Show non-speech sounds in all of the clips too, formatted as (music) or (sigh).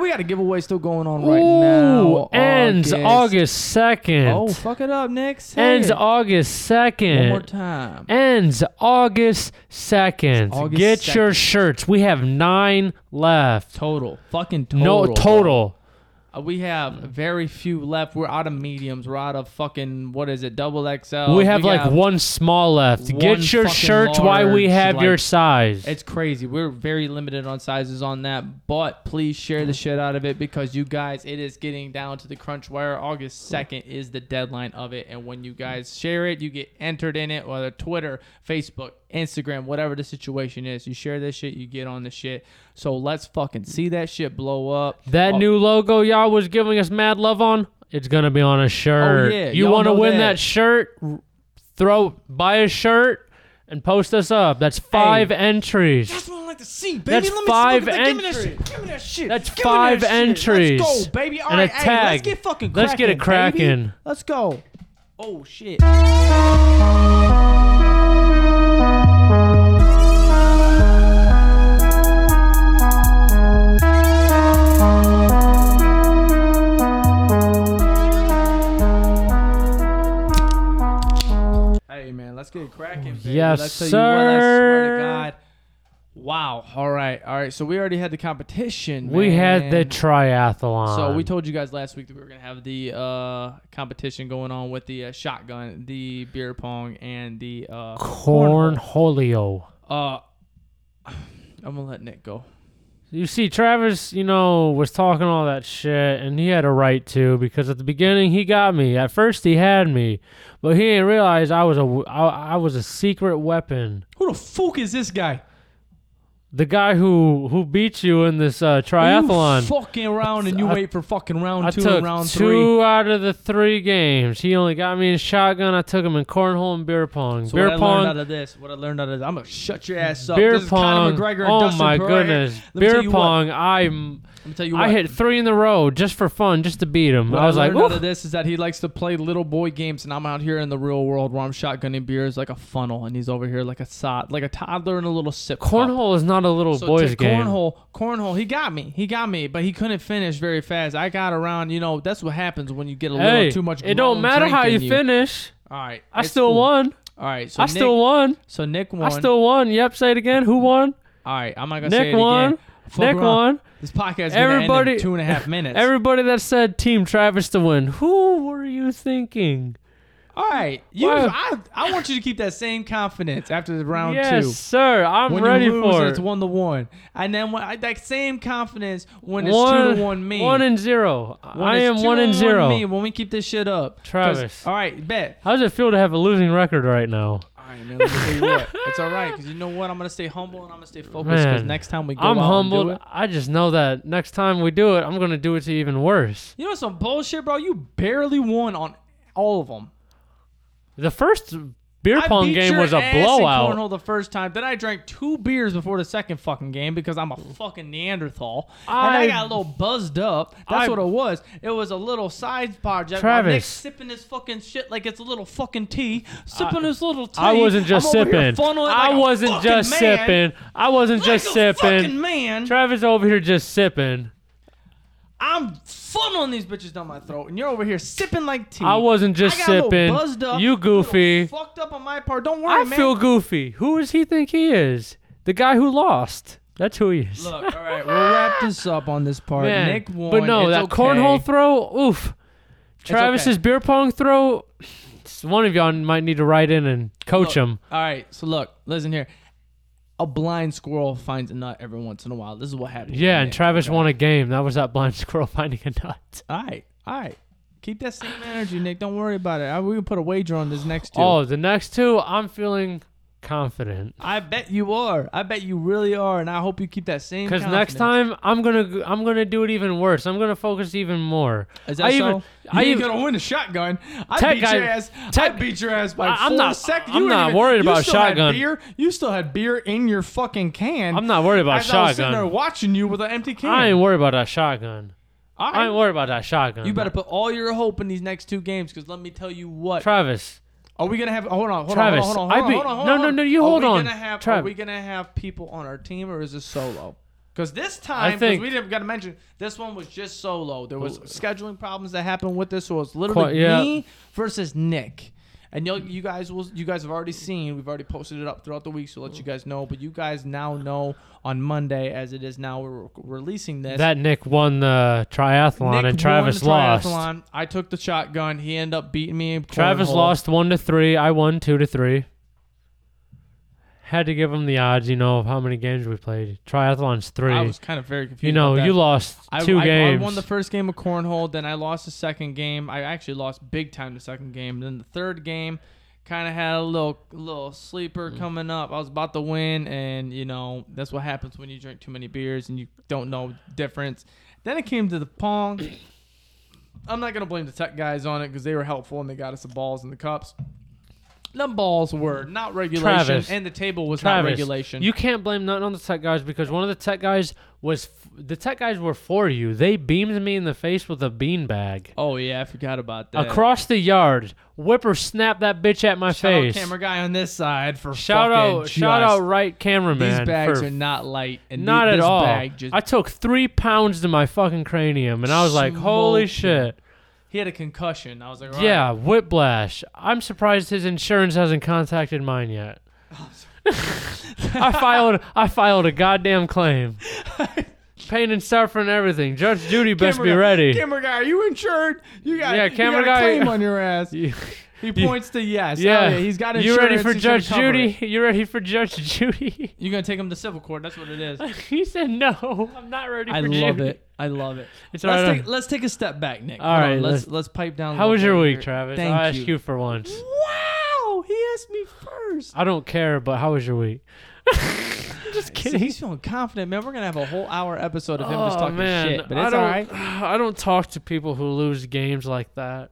we got a giveaway still going on right Ooh, now. ends August 2nd. Oh, fuck it up, Nick. Say ends it August one more 2nd. time. Ends August 2nd. August Get 2nd. your shirts. We have nine left. total, fucking total. No, bro. total. Uh, We have very few left. We're out of mediums. We're out of fucking what is it? Double XL. we have like got- one small left. Oh, one Get your fucking shirts while we large, have your like- size. It's crazy. We're very limited on sizes on that, but please share the shit out of it because you guys, it is getting down to the crunch wire. August 2nd is the deadline of it. And when you guys share it, you get entered in it, whether Twitter, Facebook, Instagram, whatever the situation is. You share this shit, you get on the shit. So let's fucking see that shit blow up. that Oh, new logo y'all was giving us mad love on, it's gonna be on a shirt. Oh, yeah, you y'all want to know win that. that. shirt? r- Throw buy a shirt and post us up. That's five entries. That's what I like to see, baby. That's Let me five see, look at that. Give me that entries. shit. Give me that shit. That's Give me that five shit. entries. Let's go, baby. All And a right, hey, let's tag. get fucking cracking. Let's get it baby. cracking. Let's go. Oh shit. Hey man, let's get it cracking, baby. Yes, Let's tell you what, I swear sir. to God. Wow. All right. All right. So we already had the competition. We had the man. triathlon. So we told you guys last week that we were gonna have the uh, competition going on with the uh, shotgun, the beer pong, and the uh, cornhole. cornholio. Uh, I'm gonna let Nick go. You see, Travis, you know, was talking all that shit, and he had a right to because at the beginning he got me. At first he had me, but he didn't realize I was a w- I, I was a secret weapon. Who the fuck is this guy? The guy who who beat you in this uh, You triathlon. fucking round and you I- wait for fucking round I two took and round two three. out of the three games. He only got me in shotgun. I took him in cornhole and beer pong. So beer what I learned out pong. of this, what I learned out of this, I'm gonna shut your ass up. Beer this is Conor pong. McGregor and oh Dustin my Poirier. goodness. Let me tell Beer you what. pong. I'm. Let me tell you what. I hit three in the row just for fun, just to beat him. What I was like, learned out "Oof." of this is that he likes to play little boy games, and I'm out here in the real world where I'm shotgunning beers like a funnel, and he's over here like a sod, like a toddler in a little sip. cup. Cornhole is not a little So boys to game. cornhole, cornhole. He got me, he got me, but he couldn't finish very fast. I got around, you know. That's what happens when you get a little hey, too much. it don't grown matter drink how in you, finish. All right, I it's still cool. won. All right, so I Nick, still won. So Nick won. I still won. Yep, say it again. Who won? All right, I'm not gonna say Nick it won. again. Fuck Nick around. won. This podcast is gonna end in Everybody- two and a half minutes. Everybody that said Team Travis to win, who were you thinking? All right, you. Wow. I, I want you to keep that same confidence after the round yes, two. sir. I'm when ready you lose, for it's it. one to one, and then when, I, that same confidence when it's two One- to one me. one and zero. When I it's am two one to and zero. me, when we keep this shit up, 'Cause- Travis. All right, bet. How does it feel to have a losing record right now? All right, man. Let me tell you what. It's all right because you know what? I'm gonna stay humble and I'm gonna stay focused because Man, next time we go I'm out and do humbled. it- I just know that next time we do it, I'm gonna do it to even worse. you know some bullshit, bro. You barely won on all of them. The first beer I pong beat game your was a ass in blowout. cornhole the first time. Then I drank two beers before the second fucking game because I'm a fucking Neanderthal. and I I- got a little buzzed up. That's I- what it was. It was a little side project. while Travis. Nick's sipping his fucking shit like it's a little fucking tea. Sipping his little tea. I wasn't just I'm over here sipping. funneling like I a wasn't fucking just man. sipping. I wasn't Like just a sipping. fucking man. Travis over here just sipping. I'm funneling these bitches down my throat, and you're over here sipping like tea. I wasn't just I got a little sipping. buzzed up, You a little goofy. Fucked up on my part. Don't worry, I man. feel goofy. Who does he think he is? The guy who lost. That's who he is. Look, all right, we'll wrap this up on this part. Man. Nick won. but no, it's that okay. cornhole throw. Oof. Travis's beer pong throw. One of y'all might need to write in and coach him. All right, so look, listen here. A blind squirrel finds a nut every once in a while. This is what happens. Yeah, with and Nick. Travis won a game. That was that blind (laughs) squirrel finding a nut. All right, all right. Keep that same energy, Nick. Don't worry about it. I, we can put a wager on this next two. Oh, the next two, I'm feeling confident. I bet you are. I bet you really are, and I hope you keep that same. Because next confidence. time I'm gonna g- I'm gonna do it even worse. I'm gonna focus even more. Is that I so? even, I you ain't even gonna win a shotgun. I Tech, beat your I- ass. I Tech- beat your ass by I- I'm four not- sec- you I'm ain't not even- worried you about still had shotgun. beer. You still had beer in your fucking can. I'm not worried about As I was sitting shotgun. there watching you with an empty can. I ain't worried about that shotgun. All I ain't right. worried about that shotgun. You better put all your hope in these next two games, because let me tell you what. Travis. Are we gonna have? Hold on, hold on, Travis, hold on, I hold on, beat- hold on, hold on. no, hold no, on. no, you Are hold we on. Gonna have, are Trav- we gonna have people on our team, or is this solo? Because this time, 'cause think- we didn't got to mention this one was just solo. There was scheduling problems that happened with this. So it was literally Quite- yeah. me versus Nick. And you you guys will you guys have already seen. We've already posted it up throughout the week, so let you guys know. But you guys now know on Monday, as it is now, we're re- releasing this. That Nick won the triathlon Nick and Travis won the lost. triathlon. I took the shotgun. He ended up beating me. Travis Cornhole. lost one to three. I won two to three. Had to give him the odds, you know, of how many games we played. Triathlon's three. I was kind of very confused. you know, about that. you lost I, two I, games. I won the first game of cornhole, then I lost the second game. I actually lost big time the second game. Then the third game, kind of had a little little Mm. sleeper coming up. I was about to win, and you know that's what happens when you drink too many beers and you don't know the difference. Then it came to the pong. (coughs) I'm not gonna blame the tech guys on it because they were helpful and they got us the balls and the cups. The balls were not regulation, Travis. and the table was Travis, not regulation. You can't blame nothing on the tech guys because one of the tech guys was f- the tech guys were for you. They beamed me in the face with a beanbag oh yeah, I forgot about that. across the yard. Whipper snapped that bitch at my Shout face. out camera guy on this side for shout fucking out, shout just- out, right cameraman. These bags for are not light, and Not the, at this all. Bag just, I took three pounds to my fucking cranium, and I was like, "Holy Smoking. shit!" he had a concussion. I was like, yeah, Yeah, whiplash. I'm surprised his insurance hasn't contacted mine yet. Oh, (laughs) (laughs) I filed. I filed a goddamn claim. Pain and suffering, everything. Judge Judy best be ready. Camera guy, are you insured? You got Yeah, yeah, camera camera you got a guy- claim (laughs) on your ass. You- He points to yes. yeah. Yeah, he's got You insurance. ready for he should Judge cover Judy? it. (laughs) You ready for (laughs) Judge Judy? You're gonna take him to civil court. That's what it (laughs) is. he said no. I'm not ready for I Judy. love it. I love it. It's all let's, right. take, let's take a step back, Nick. All Hold on, right, let's let's- let's pipe down. a How little was your bit week, here. Travis? Thank I'll you. ask you for once. Wow, he asked me first. I don't care, but how was your week? (laughs) Just See, kidding. Oh, he's (laughs) feeling confident, man. We're gonna have a whole hour episode of him just talking shit, but I it's don't, all right. (laughs) (sighs) I don't talk to people who lose games like (laughs) that.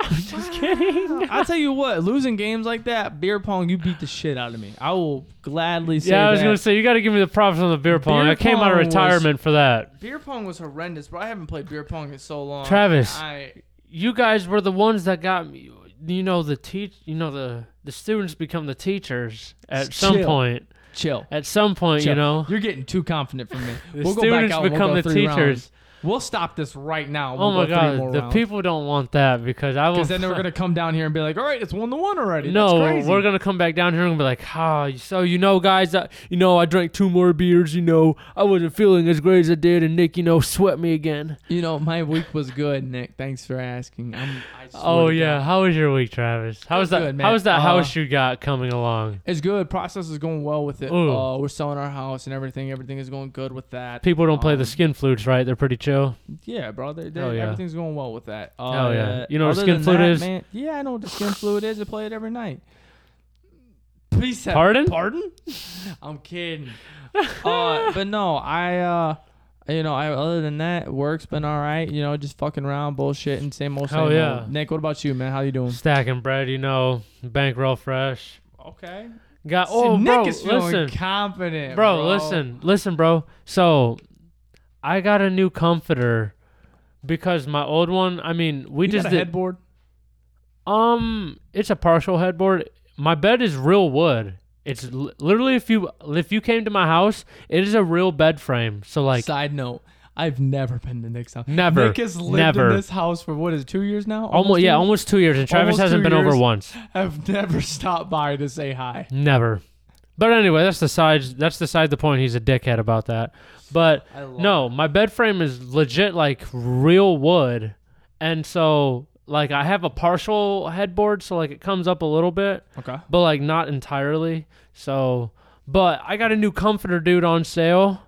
I'm just (laughs) kidding. I'll tell you what, losing games like that, beer pong, you beat the shit out of me. I will gladly say yeah, I was that. gonna say you got to give me the props on the beer pong. Beer I came out of pong was- retirement for that. beer pong was horrendous, bro. I haven't played beer pong in so long. Travis. I, You guys were the ones that got me. You know the teach. You know the the students become the teachers at Just some chill. point. chill. At some point, chill. you know. you're getting too confident for me. The we'll go back students out. and become we'll go the three teachers. rounds. We'll stop this right now. We'll oh my go three more god, the rounds. people don't want that because I will. Because then we're gonna come down here and be like, all right, it's one to one already. No, That's crazy. we're gonna come back down here and be like, "Ah, so you know, guys, I, you know, I drank two more beers. You know, I wasn't feeling as great as I did, and Nick, you know, swept me again." you know, my week was good, Nick. Thanks for asking. I'm, I swear Oh to yeah, God. how was your week, Travis? How was that? Good, man. how was that Uh, house you got coming along? It's good. Process is going well with it. Ooh. Uh, we're selling our house and everything. Everything is going good with that. People don't play the um, skin flutes, right? They're pretty chill. Yeah, bro. They, they, Hell yeah. Everything's going well with that. Uh, Hell yeah. You know what other skin than flute that, is? Man, yeah, I know what the skin fluid is. I play it every night. Please have- Pardon? Pardon? (laughs) I'm (laughs) kidding. uh, but no, I. uh you know, I, other than that, work's been all right. You know, just fucking around, bullshitting, same old, same Hell yeah. old. Nick, what about you, man? How you doing? Stacking bread, you know, bankroll fresh. Okay. Got oh, Nick bro, is feeling listen, confident, bro, bro. listen listen bro so i got a new comforter because my old one i mean we You just got a did headboard. um it's a partial headboard my bed is real wood it's li- literally if you if you came to my house it is a real bed frame so like Side note, I've never been to Nick's house. Never. Nick has lived Never. in this house for what is it, two years now? almost two yeah years? almost two years and travis Almost hasn't two been over years. once I've never (laughs) stopped by to say hi. never but anyway that's the side that's the side the point he's a dickhead about that but I love No, my bed frame is legit like real wood. And so like I have a partial headboard so like it comes up a little bit, Okay. but like not entirely. So but I got a new comforter dude on sale.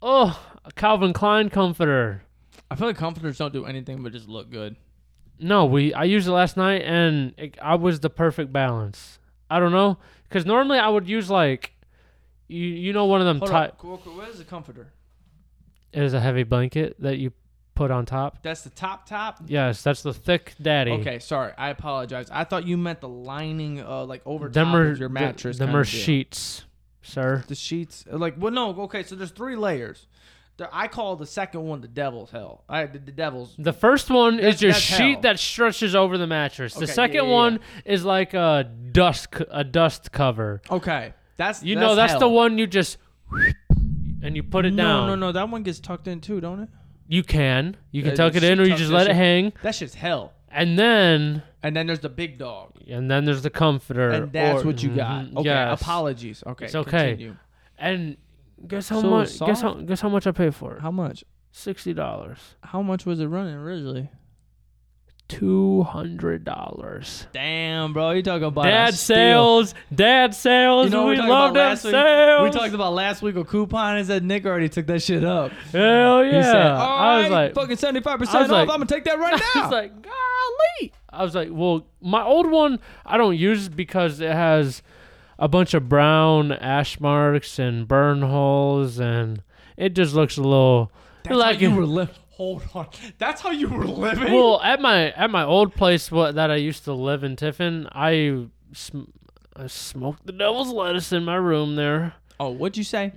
Oh, a Calvin Klein comforter. I feel like comforters don't do anything but just look good. No, we I used it last night and it, I was the perfect balance. I don't know cuz normally I would use like you, you know one of them Hold type up. Cool, cool. What is a comforter? it is a heavy blanket that you put on top. That's the top top. Yes, that's the thick daddy. Okay, sorry. I apologize. I thought you meant the lining, uh, like over Them top are of your mattress. Them kinda are deal. sheets, sir. The sheets, uh, like, well, no, okay. So there's three layers. There, I call the second one the devil's hell. I the, the devil's The first one That's- is your that's sheet hell. that stretches over the mattress. Okay, the yeah, second yeah, yeah. one is like a dust c- a dust cover. okay. That's You know that's the hell. one you just and you put it no, down. No, Uh, no, That one gets tucked in too, don't it? You can. You can Yeah, tuck it she in or you tucks just that let it shit- hang. That shit's hell. And then And then there's the big dog. and then there's the comforter. And that's or- what you got. Mhm, Okay. yes. Apologies. Okay. It's okay. continue. And guess how So much guess soft. how guess how much I paid for it? How much? Sixty dollars. How much was it running originally? Two hundred dollars. Damn, bro. You talking about a Dad steal. sales, dad sales. You know what we we talked love about that last week? sales. We talked about last week a coupon and said Nick already took that shit up. Hell (laughs) yeah! He said, I was (laughs) like, fucking 75% I was off. like- I'm going to take that right (laughs) I now. was like, golly. I was like, well, my old one I don't use because it has a bunch of brown ash marks and burn holes, and it just looks a little That's like how you (laughs) (laughs) it- were living. Hold on. That's how you were living. well at my at my old place what that I used to live in Tiffin. I sm- I smoked the devil's lettuce in my room there. oh, what'd you say?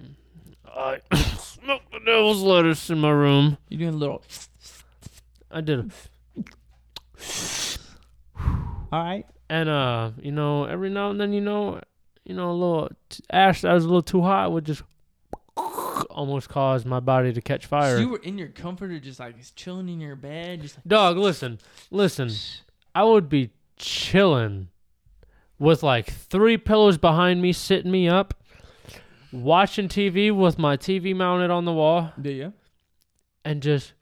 I (coughs) smoked the devil's lettuce in my room. You doing a little. I did, a- All right. and uh, you know, every now and then, you know, you know, a little t- ash that was a little too hot would just (laughs) almost cause my body to catch fire. So you were in your comforter, just like chilling in your bed, just like Dog, listen, listen. (sniffs) I would be chilling with like three pillows behind me, sitting me up, watching TV with my TV mounted on the wall, Do you? and just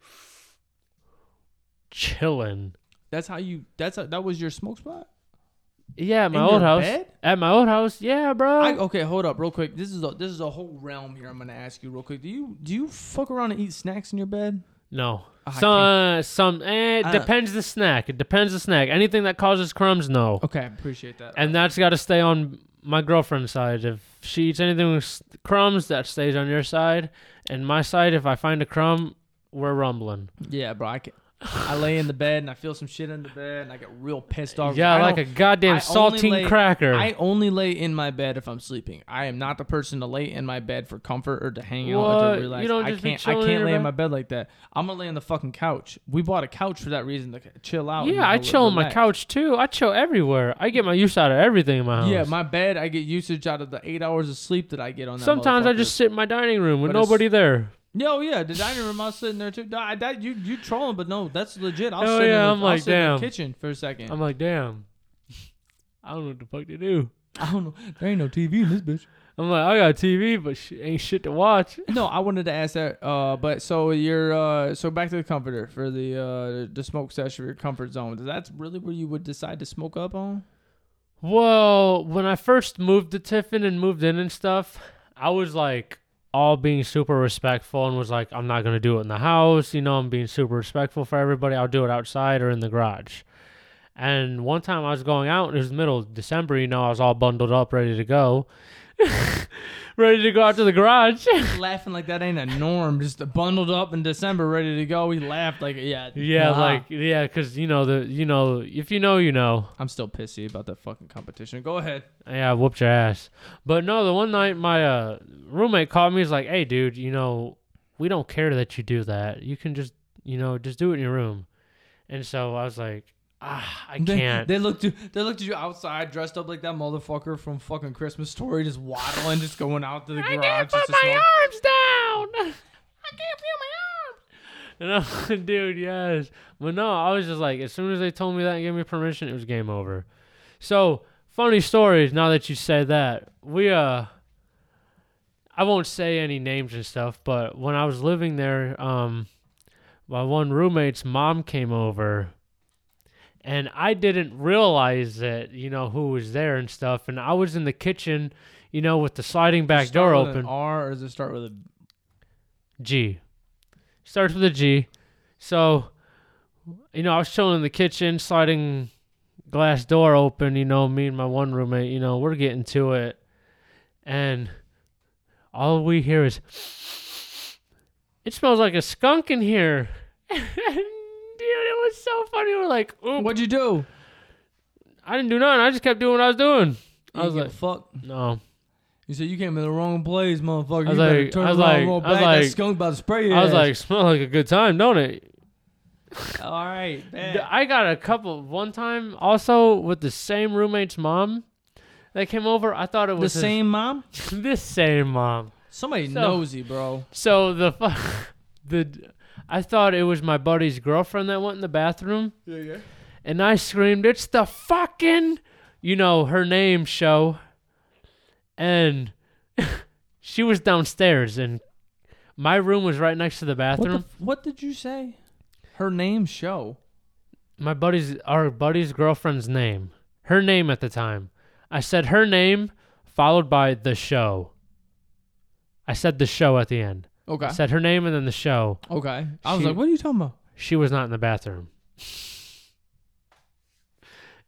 chilling. That's how you. That's how, that was your smoke spot. Yeah, at my In old your house. bed? At my old house, yeah, bro. I, okay, hold up, real quick. This is a this is a whole realm here. I'm gonna ask you real quick. Do you do you fuck around and eat snacks in your bed? no. Oh, I can't- Some, some. Eh, it Uh, depends the snack. It depends the snack. Anything that causes crumbs, no. Okay, I appreciate that. And that's got to stay on my girlfriend's side. If she eats anything with s- crumbs, that stays on your side. And my side, if I find a crumb, we're rumbling. yeah, bro, I can. I lay in the bed and I feel some shit in the bed and I get real pissed off. yeah, I like don't- a goddamn I only saltine lay- cracker. I only lay in my bed if I'm sleeping. I am not the person to lay in my bed for comfort or to hang out or What? to relax. You don't I just be can't. I chilling in can't your lay in bed? my bed like that. I'm gonna lay on the fucking couch. We bought a couch for that reason to chill out. and yeah, I rel- chill on my relax. couch too. I chill everywhere. I get my use out of everything in my house. Yeah, my bed. I get usage out of the eight hours of sleep that I get on. That Sometimes I motherfucker. just sit in my dining room with But it's- nobody there. Yo, yeah, the dining room. I was sitting there too. Nah, I- that you you trolling, but no, that's legit. I'll Oh, sit yeah, in the, I'll I'm like, sit in damn. the kitchen for a 2nd I'm like, damn. I don't know what the fuck to do. I don't know. There ain't no TV in this bitch. I'm like, I got TV, but sh- ain't shit to watch. No, I wanted to ask that. Uh, but so you're uh, so back to the comforter for the uh the smoke session, your comfort zone. That's really where you would decide to smoke up on. Well, when I first moved to Tiffin and moved in and stuff, I was like all being super respectful and was like, I'm not gonna do it in the house. You know, I'm being super respectful for everybody. I'll do it outside or in the garage. And one time I was going out, and it was the middle of December. You know, I was all bundled up, ready to go, (laughs) ready to go out to the garage. (laughs) (laughs) Laughing like that ain't a norm. Just bundled up in December, ready to go. We laughed like yeah, yeah, nah. like yeah, because you know the you know if you know you know. I'm still pissy about that fucking competition. Go ahead. Yeah, I whooped your ass. But no, the one night my uh, roommate called me. He's like, "Hey, dude, you know, we don't care that you do that. You can just, you know, just do it in your room." And so I was like, "Ah, I They- can't." They, looked you, they looked at you outside dressed up like that motherfucker from fucking Christmas Story, just waddling, just going out to the garage. just to smoke. arms (laughs) down. I can't feel my arms. And I'm, (laughs) dude, yes. But no, I was just like, as soon as they told me that and gave me permission, it was game over. So, funny stories now that you say that. We, uh, I won't say any names and stuff, but when I was living there, um, my one roommate's mom came over and I didn't realize it, you know, who was there and stuff. And I was in the kitchen, you know, with the sliding back Start door with an open. R or does it start with a G. Starts with a G. So, you know, I was chilling in the kitchen, sliding glass door open, you know, me and my one roommate, you know, we're getting to it. And all we hear is, it smells like a skunk in here. (laughs) Dude, it was so funny. We're like, oop. What'd you do? I didn't do nothing. I just kept doing what I was doing. I You was give like, a fuck. no. You said you came in the wrong place, motherfucker. I You was better like- turn I was around, like- roll I was back. like- that skunk about to spray your I was ass. like, smell like a good time, don't it? all right, D- I got a couple one time also with the same roommate's mom that came over. I thought it (laughs) The was his- same mom? this same mom. Somebody So- nosy, bro. So the fu- (laughs) the I thought it was my buddy's girlfriend that went in the bathroom, Yeah, yeah. and I screamed, "It's the fucking," you know, her name show, and (laughs) she was downstairs, and my room was right next to the What, the, bathroom. f- what did you say? Her name show. my buddy's our buddy's girlfriend's name, her name at the time. I said her name followed by the show. I said the show at the end. Okay. I said her name and then the show. Okay. I was She- like, what are you talking about? she was not in the bathroom.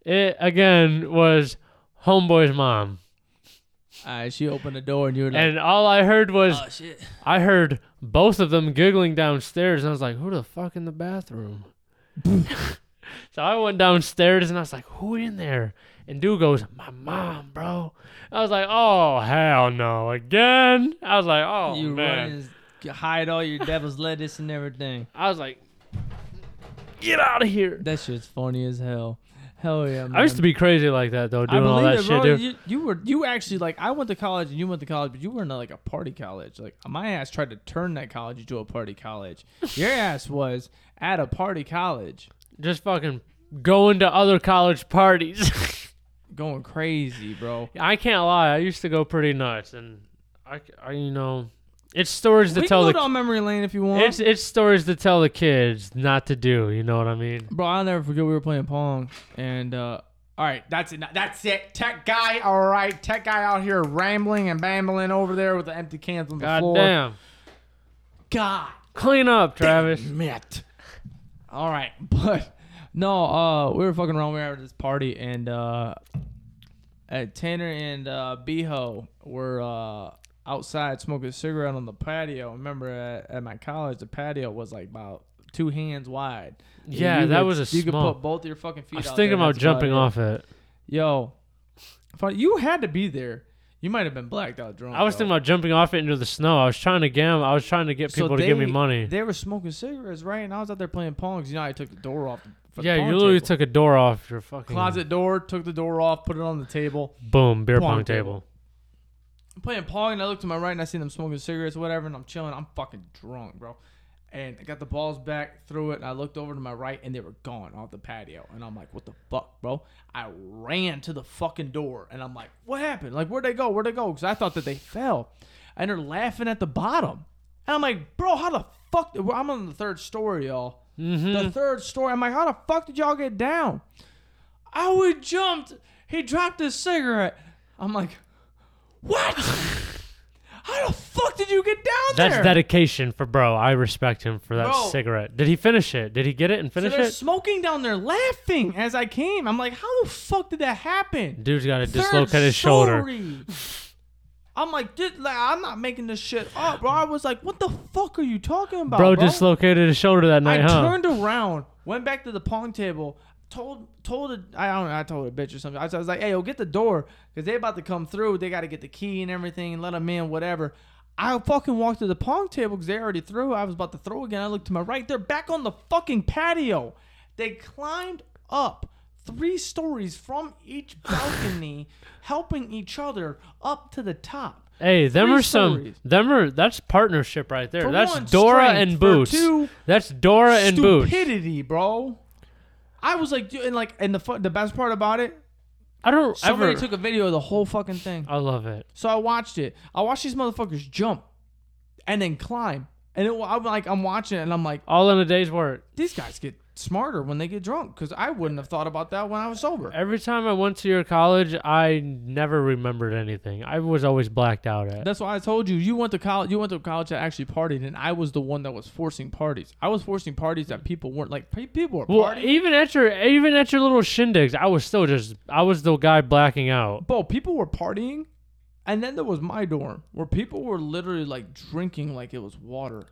It again was homeboy's mom, All right, she opened the door and you were like, and all I heard was oh shit. I heard both of them giggling downstairs, and I was like, "Who the fuck in the bathroom?" (laughs) so I went downstairs, and I was like, "Who in there?" And dude goes, "My mom, bro." I was like, "Oh hell no, again!" I was like, "Oh you man." run and hide all your devil's lettuce and everything. I was like, "Get out of here." That shit's funny as hell. Hell yeah, man. I used to be crazy like that though, doing all that shit, dude. You, you were you actually like I went to college and you went to college, but you were in like a party college. Like my ass tried to turn that college into a party college. Your ass was at a party college, just fucking going to other college parties. (laughs) going crazy, bro. I can't lie, I used to go pretty nuts, and I, c- I- you know, it's stories to we tell can the go down memory lane if you want. it's it's stories to tell the kids not to do. You know what I mean? Bro, I'll never forget we were playing pong and uh all right, that's it. That's it. Tech guy, all right. Tech guy out here rambling and bambling over there with the empty cans on the God floor. damn, God clean up, (coughs) Travis. Mitt. All right, (laughs) but no, uh, we were fucking around. We were at this party, and uh, uh, Tanner and uh, Beho were uh, outside smoking a cigarette on the patio. Remember, at, at my college, the patio was like about two hands wide. Yeah, You that could- was a You could small- put both your fucking feet. I was out thinking there, about that's about jumping it. off it. Yo, fun- you had to be there. You might have been blacked out drunk. I was though. thinking about jumping off it into the snow. I was trying to gam. I was trying to get So people to give me they- money. They were smoking cigarettes, right? And I was out there playing pong 'cause you know I took the door off. For yeah, the pong you literally table. took a door off your fucking closet door, took the door off, put it on the table. Boom, beer Pong pong table. table. I'm playing pong, and I look to my right, and I see them smoking cigarettes, whatever, and I'm chilling. I'm fucking drunk, bro. And I got the balls back, threw it, and I looked over to my right, and they were gone off the patio. And I'm like, what the fuck, bro? I ran to the fucking door, and I'm like, what happened? Like, where'd they go? Where'd they go? Because I thought that they fell. And they're laughing at the bottom. And I'm like, bro, how the fuck? Well, I'm on the third story, y'all. Mm-hmm. The third story. I'm like, how the fuck did y'all get down? I would jumped. He dropped his cigarette. I'm like, (laughs) what? How the fuck did you get down That's there? dedication for bro. I respect him for that Bro. cigarette. Did he finish it? Did he get it and So finish they're it? smoking down there, laughing as I came. I'm like, how the fuck did that happen? Dude's got to Third dislocate his shoulder. story. I'm like, "Dude, like, I'm not making this shit up, bro. I was like, what the fuck are you talking about, Bro, bro? dislocated his shoulder that I night, huh? turned around, went back to the pong table, told told a, I don't know, I told a bitch or something. I was, I was like, "Hey, yo, get the door because they about to come through. They got to get the key and everything, and let them in, whatever." I fucking walked to the pong table because they already threw. I was about to throw again. I looked to my right. They're back on the fucking patio. They climbed up three stories from (laughs) each balcony, helping each other up to the top. Hey, them Three are some. stories. Them are that's partnership right there. For that's one, Dora strength. and For Boots. two, that's Dora and Boots. stupidity, bro. I was like, dude, and like, and the fu- the best part about it, I don't somebody ever. took a video of the whole fucking thing. I love it. Uh, So I watched it. I watched these motherfuckers jump, and then climb, and it, I'm like, I'm watching it, and I'm like, All in a day's work. these guys get smarter when they get drunk, because I wouldn't have thought about that when I was sober. Every time I went to your college, I never remembered anything. I was always blacked out at. That's why I told you you went to college. You went to college that actually partied, and I was the one that was forcing parties. I was forcing parties that people weren't like. pe- People were Well, partying. even at your even at your little shindigs, I was still just I was the guy blacking out. bro, people were partying, and then there was my dorm where people were literally like drinking like it was water,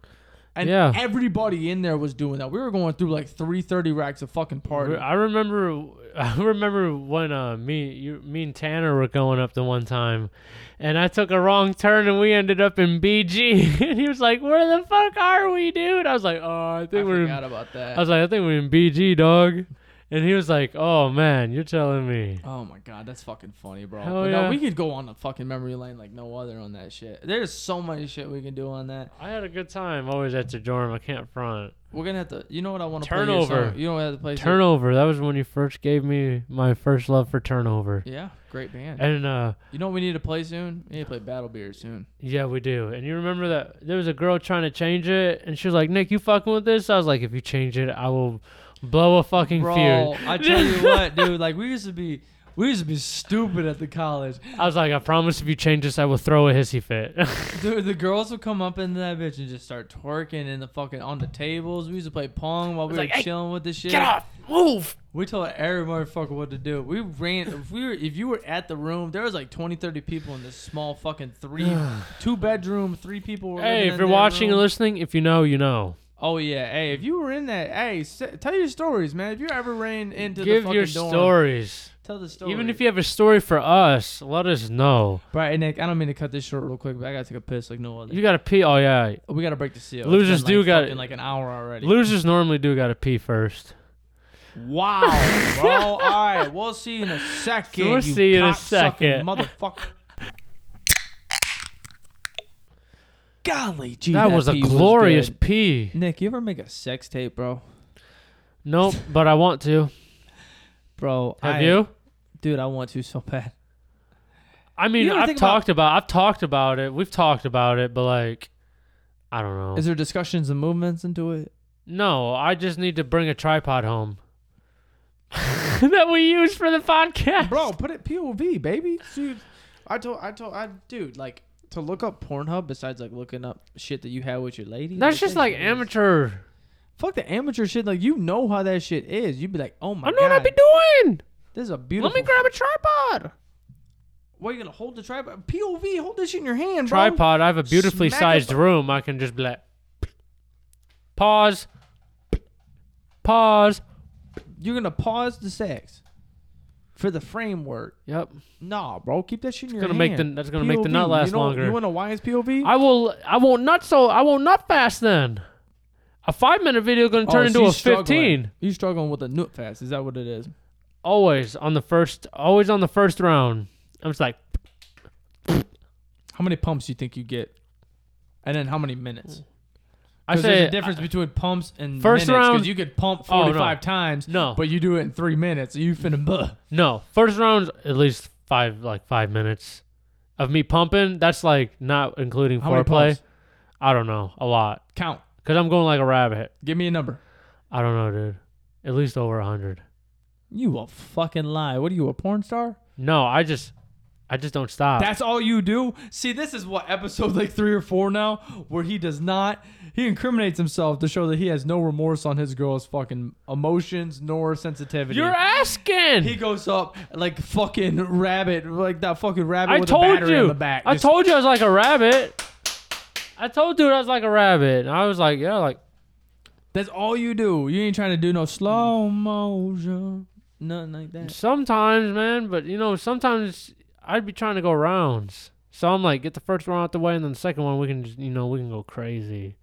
and Yeah. everybody in there was doing that. We were going through like three thirty racks of fucking party. I remember, (laughs) I remember when uh, me, you, me and Tanner were going up the one time, and I took a wrong turn and we ended up in BG. (laughs) and he was like, "Where the fuck are we, dude?" I was like, "Oh, I I think we're." In, forgot about that. I was like, "I think we're in BG, dog." And he was like, "Oh man, you're telling me." Oh my god, that's fucking funny, bro. Hell But yeah. no, we could go on the fucking memory lane like no other on that shit. There's so much shit we can do on that. I had a good time always at your dorm. I can't front. We're gonna have to. You know what I want to Play Turnover. your song. you don't have to play. some- Turnover. That was when you first gave me my first love for turnover. Yeah, great band. And uh You know what we need to play soon? We need to play Battle Beer soon. yeah, we do. And you remember that there was a girl trying to change it and she was like, "Nick, you fucking with this?" I was like, "If you change it, I will blow a fucking (laughs) Bro, fuse." I tell you what, dude. Like we used to be, we used to be stupid at the college. I was like, "I promise if you change this, I will throw a hissy fit." (laughs) Dude, the girls would come up into that bitch and just start twerking in the fucking on the tables. We used to play pong while we were like, "Hey, chilling with the shit. Get off. Move. We told every motherfucker what to do. We ran. If we were, if you were at the room, there was like 20, 30 people in this small fucking (sighs) three, two bedroom, three people. Were living Hey, if in you're that watching room. and listening, if you know, you know. oh yeah. Hey, if you were in that, hey, s tell your stories, man. If you ever ran into the Give fucking your dorm, stories. tell the story. Even if you have a story for us, let us know. Right, Nick. I don't mean to cut this short real quick, but I gotta take a piss like no other. You got to pee. Oh yeah, we gotta break the seal. It's Losers been, do like, got- fucking, like an hour already. losers normally do got to pee first. Wow, (laughs) bro. All right, we'll see you in a second. We'll see you in a second. (laughs) motherfucker. Golly, gee, that was a pee glorious good. pee. Nick, you ever make a sex tape, bro? Nope, but I want to. Bro, Have I, you? dude? I want to so bad. I mean, You ever I've think about- talked about, I've talked about it. We've talked about it, but like, I don't know. Is there discussions and movements into it? no, I just need to bring a tripod home (laughs) that we use for the podcast. Bro, put it POV, baby. Dude, I told, I told, I dude, like to look up Pornhub besides like looking up shit that you had with your lady. that's just that like shit is- amateur. Fuck the amateur shit. Like you know how that shit is. You'd be like, oh my I know what god, I'd be doing. this is a beautiful. Let me grab a tripod. What are you gonna hold the tripod? POV, hold this shit in your hand, bro. Tripod. I have a beautifully Smack sized it- room. I can just be like, pause, pause. You're gonna pause the sex for the framework. Yep. Nah, bro, keep that shit in your gonna hand. make the- that's gonna make the POV, nut last you know, longer. You wanna why is POV? I will. I won't nut so. I won't nut fast then. A five minute video going to turn Oh, into so a you struggling. fifteen. You struggling with the nut fast? Is that what it is? Always on the first. Always on the first round. I'm just like How many pumps do you think you get? And then how many minutes? I 'Cause there's say. a difference between pumps and First minutes, 'cause round- you could pump Oh, no. 45 times, No. but you do it in three minutes. You finna buh. no. First round's at least five. Like five minutes of me pumping. That's like not including How many foreplay. pumps? I don't know. A lot. Count. Cause I'm going like a rabbit. Give me a number. I don't know, dude. At least over a hundred. You a fucking lie. What are you, a porn star? No, I just, I just don't stop. That's all you do? See, this is what episode like three or four now, where he does not he incriminates himself to show that he has no remorse on his girl's fucking emotions nor sensitivity. You're asking. he goes up like fucking rabbit, like that fucking rabbit I with a told battery you. on the back. I Just- told you I was like a rabbit. I told dude I was like a rabbit. And I was like, yeah, like That's all you do. You ain't trying to do no slow motion, nothing like that. sometimes, man. But you know, sometimes I'd be trying to go rounds. So I'm like, get the first one out the way, and then the second one we can just, you know, we can go crazy.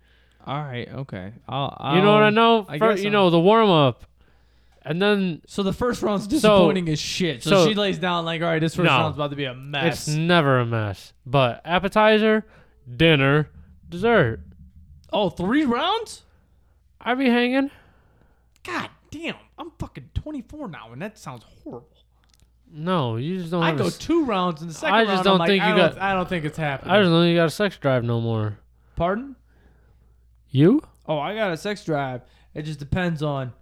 All right, okay. I'll, I'll, You know what I know? Um, I Fir- guess you I'm- know the warm up, and then So the first round's disappointing disappointing as shit. So, So so- she she lays down like, all right, this first No. round's round's about to be a mess. it's never a mess. But appetizer, dinner, dessert. oh, three rounds? I be hanging. God damn, I'm fucking 24 now, and that sounds horrible. No, you just don't. I have a go s- two rounds in the second I just round, don't I'm like, think I you don't, got- I don't think it's happening. I just know you got a sex drive no more. Pardon? You? Oh, I got a sex drive. It just depends on.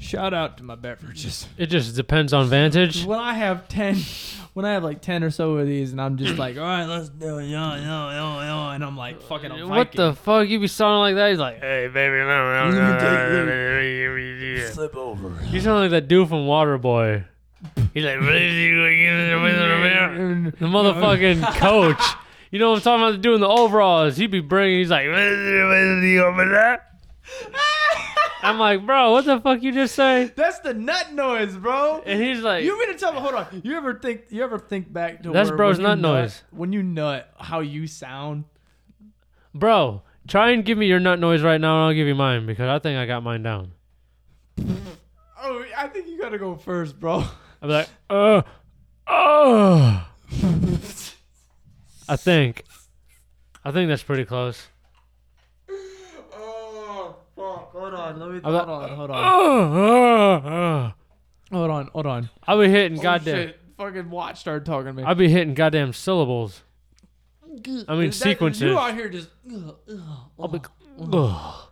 Shout out to my beverages. It just depends on vantage. When I have ten, when I have like ten or so of these, and I'm just like, all right, let's do it, yo, yo, yo, yo, and I'm like, fucking, a What Viking. the fuck? You be sounding like that? He's like, hey, baby, no, no, no, no, no, no, Flip over. no." You sound like that dude from Waterboy. He's like, the And- motherfucking coach. You know what I'm talking about? The dude in the overalls. He be bringing. He's like, I'm like, bro, what the fuck you just say? (laughs) That's the nut noise, bro. And he's like, You mean to tell me? Hold on. You ever think? You ever think back to That's where bro's when you nut noise. When you nut, how you sound? bro, Try and give me your nut noise right now, and I'll give you mine because I think I got mine down. Oh, I think you gotta go first, bro. (laughs) I'll be like, uh, uh. I think. I think that's pretty close. Oh, fuck. Hold on. Let me. I'm not- on. Hold Uh, (laughs) uh, uh. Hold on. Hold on. I'll be hitting Oh, goddamn. shit. Fucking watch started talking to me. I'll be hitting goddamn syllables. I mean sequences. You out here just. I'll be, Ugh.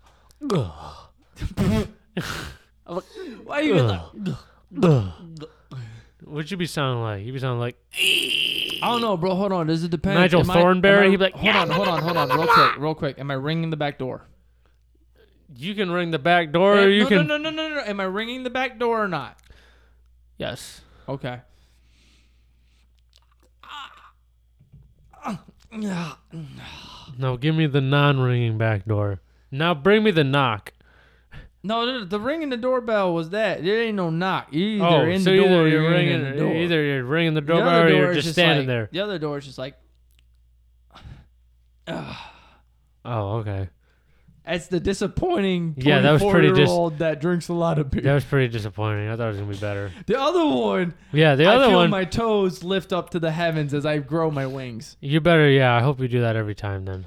Ugh. why you even like, Ugh. What'd you be sounding like? You'd be sounding like I don't know, bro. Hold on. Does it depend? Nigel Am I- Thornberry? am I- He'd be like, hold on, hold on, hold on, real quick, real quick. Am I ringing the back door? you can ring the back door. Am- you Uh, no, can no, no, no, no, no. Am I ringing the back door or not? yes. Okay. No, give me the non-ringing back door. Now bring me the knock. No, the, the ringing the doorbell was that. There ain't no knock. You're either oh, in so the door either or you're you're ringing, in the door. either you're ringing the The other doorbell or door you're is just standing like, there. The other door is just like Oh, okay. that's the disappointing. Yeah, that was pretty dis- 24-year-old that drinks a lot of beer. That was pretty disappointing. I thought it was gonna (laughs) be better. The other one, Yeah, the I other feel one. my toes lift up to the heavens as I grow my wings. you better. Yeah, I hope you do that every time. Then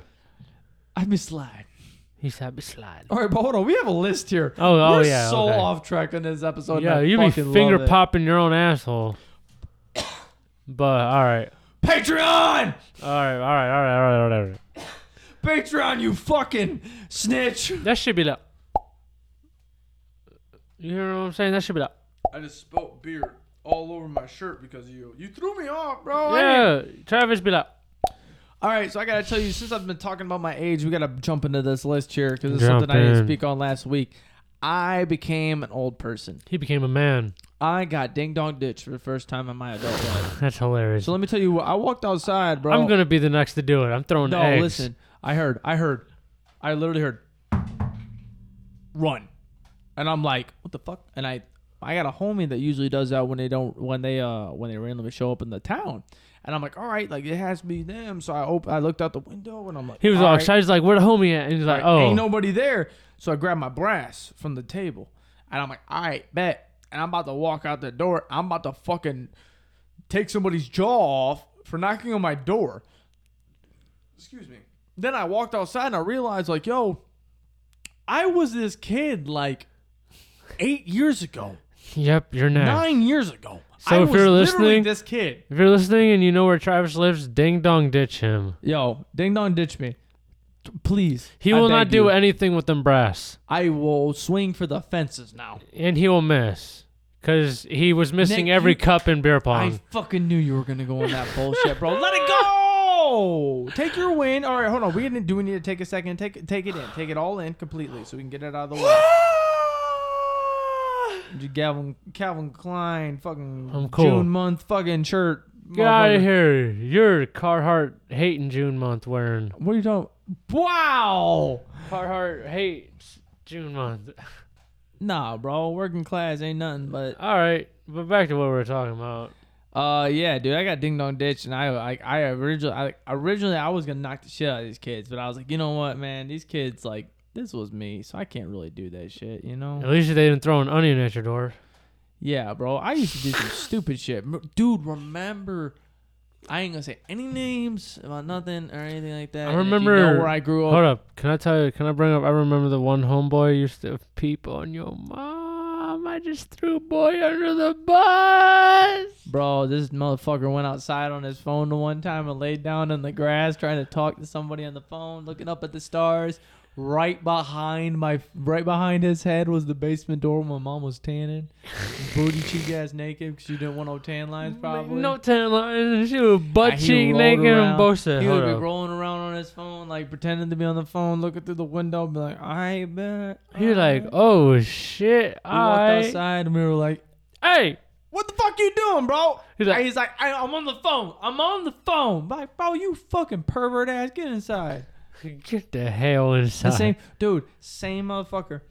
I misled. he's happy slide. All right, but hold on. We have a list here. Oh, oh We're yeah. so okay. off track on this episode. and Yeah, I you be fucking love finger it. popping your (coughs) own asshole. But all right, Patreon, all right, all right, all right, all right, all right. Patreon, you fucking snitch. That should be like. You hear what I'm saying? That should be like. I just spilt beer all over my shirt because of you. You threw me off, bro. I didn't- Yeah, Travis be like. All right, so I gotta tell you, since I've been talking about my age, we gotta jump into this list here because it's Jump something I in. didn't speak on last week. I became an old person. He became a man. I got ding dong ditched for the first time in my adult life. That's hilarious. So let me tell you, what I walked outside, bro. I'm gonna be the next to do it. I'm throwing No, eggs. listen. I heard. I heard. I literally heard. Run, and I'm like, what the fuck? And I, I got a homie that usually does that when they don't, when they, uh, when they randomly show up in the town. And I'm like, all right, like it has to be them. So I open, I looked out the window, and I'm like, He was all, all right, excited. He's like, "Where the homie at?" And he's like, "Oh, ain't nobody there. So I grabbed my brass from the table, and I'm like, all right, bet. And I'm about to walk out the door. I'm about to fucking take somebody's jaw off for knocking on my door. Excuse me. Then I walked outside and I realized, like, yo, I was this kid like eight years ago, yep, you're next." nine years ago. So I if was you're literally listening- this kid, If you're listening and you know where Travis lives, ding dong, ditch him. yo, ding dong, ditch me, T- please. He I will beg not do you. anything with them brass, I will swing for the fences now. and he will miss because he was missing Nick, every you- cup in beer I pong. fucking knew you were gonna go on that bullshit, bro. Let it go. Take your win. All right, hold on. We didn't, do we need to take a second? Take take it in. Take it all in completely, so we can get it out of the (sighs) way. Calvin Calvin Klein, fucking I'm cool. June month, fucking shirt. Get out motherfucker. of here! You're Carhartt hating June month wearing. What are you talking? Wow. Carhartt hates June month. Nah, bro. Working class ain't nothing but All right, but back to what we were talking about. Uh yeah, dude, I got ding dong ditch, and I like I originally I, originally I was gonna knock the shit out of these kids, but I was like, you know what, man, these kids like this was me, so I can't really do that shit, you know? At least they didn't throw an onion at your door. Yeah, bro, I used to do (laughs) some stupid shit, M- dude. Remember, I ain't gonna say any names about nothing or anything like that. I and if you remember- know where I grew Hold up. up, can I tell you? Can I bring up? I remember the one homeboy used to peep on your mom. I just threw boy under the bus. Bro, this motherfucker went outside on his phone the one time and laid down in the grass trying to talk to somebody on the phone, looking up at the stars. Right behind my, right behind his head was the basement door where my mom was tanning, (laughs) booty cheek ass naked because she didn't want no tan lines probably. Mm, No tan lines. She was butt And he cheek rolled naked around. and boasted. He would Hold be up. rolling around on his phone, like pretending to be on the phone, looking through the window, be like, "All right, bet." He was like, alright." oh shit. we walked I outside and we were like, hey. what the fuck you doing, bro? He's He's like- like, he's like I, I'm on the phone. I'm on the phone. I'm like, bro, you fucking pervert ass, get inside. Get the hell inside. The same dude, same motherfucker.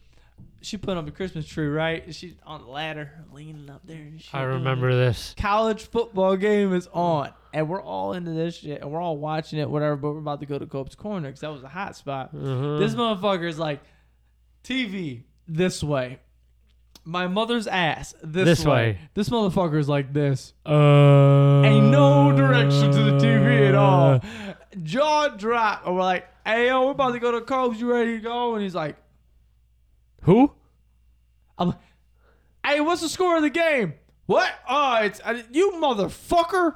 she put up a Christmas tree, right? She's on the ladder, leaning up there. And shit. I remember this. College football game is on, and we're all into this shit, and we're all watching it, whatever. But we're about to go to Cope's Corner because that was a hot spot. Mhm. This motherfucker is like, TV this way, my mother's ass this, This way. way. This motherfucker is like this. Uh, Ain't no direction to the TV at all. Jaw drop. And we're like, hey, yo, we're about to go to Cope's. You ready to go? And he's like, Who? I'm like, hey, what's the score of the game? What? Oh, it's I, you motherfucker.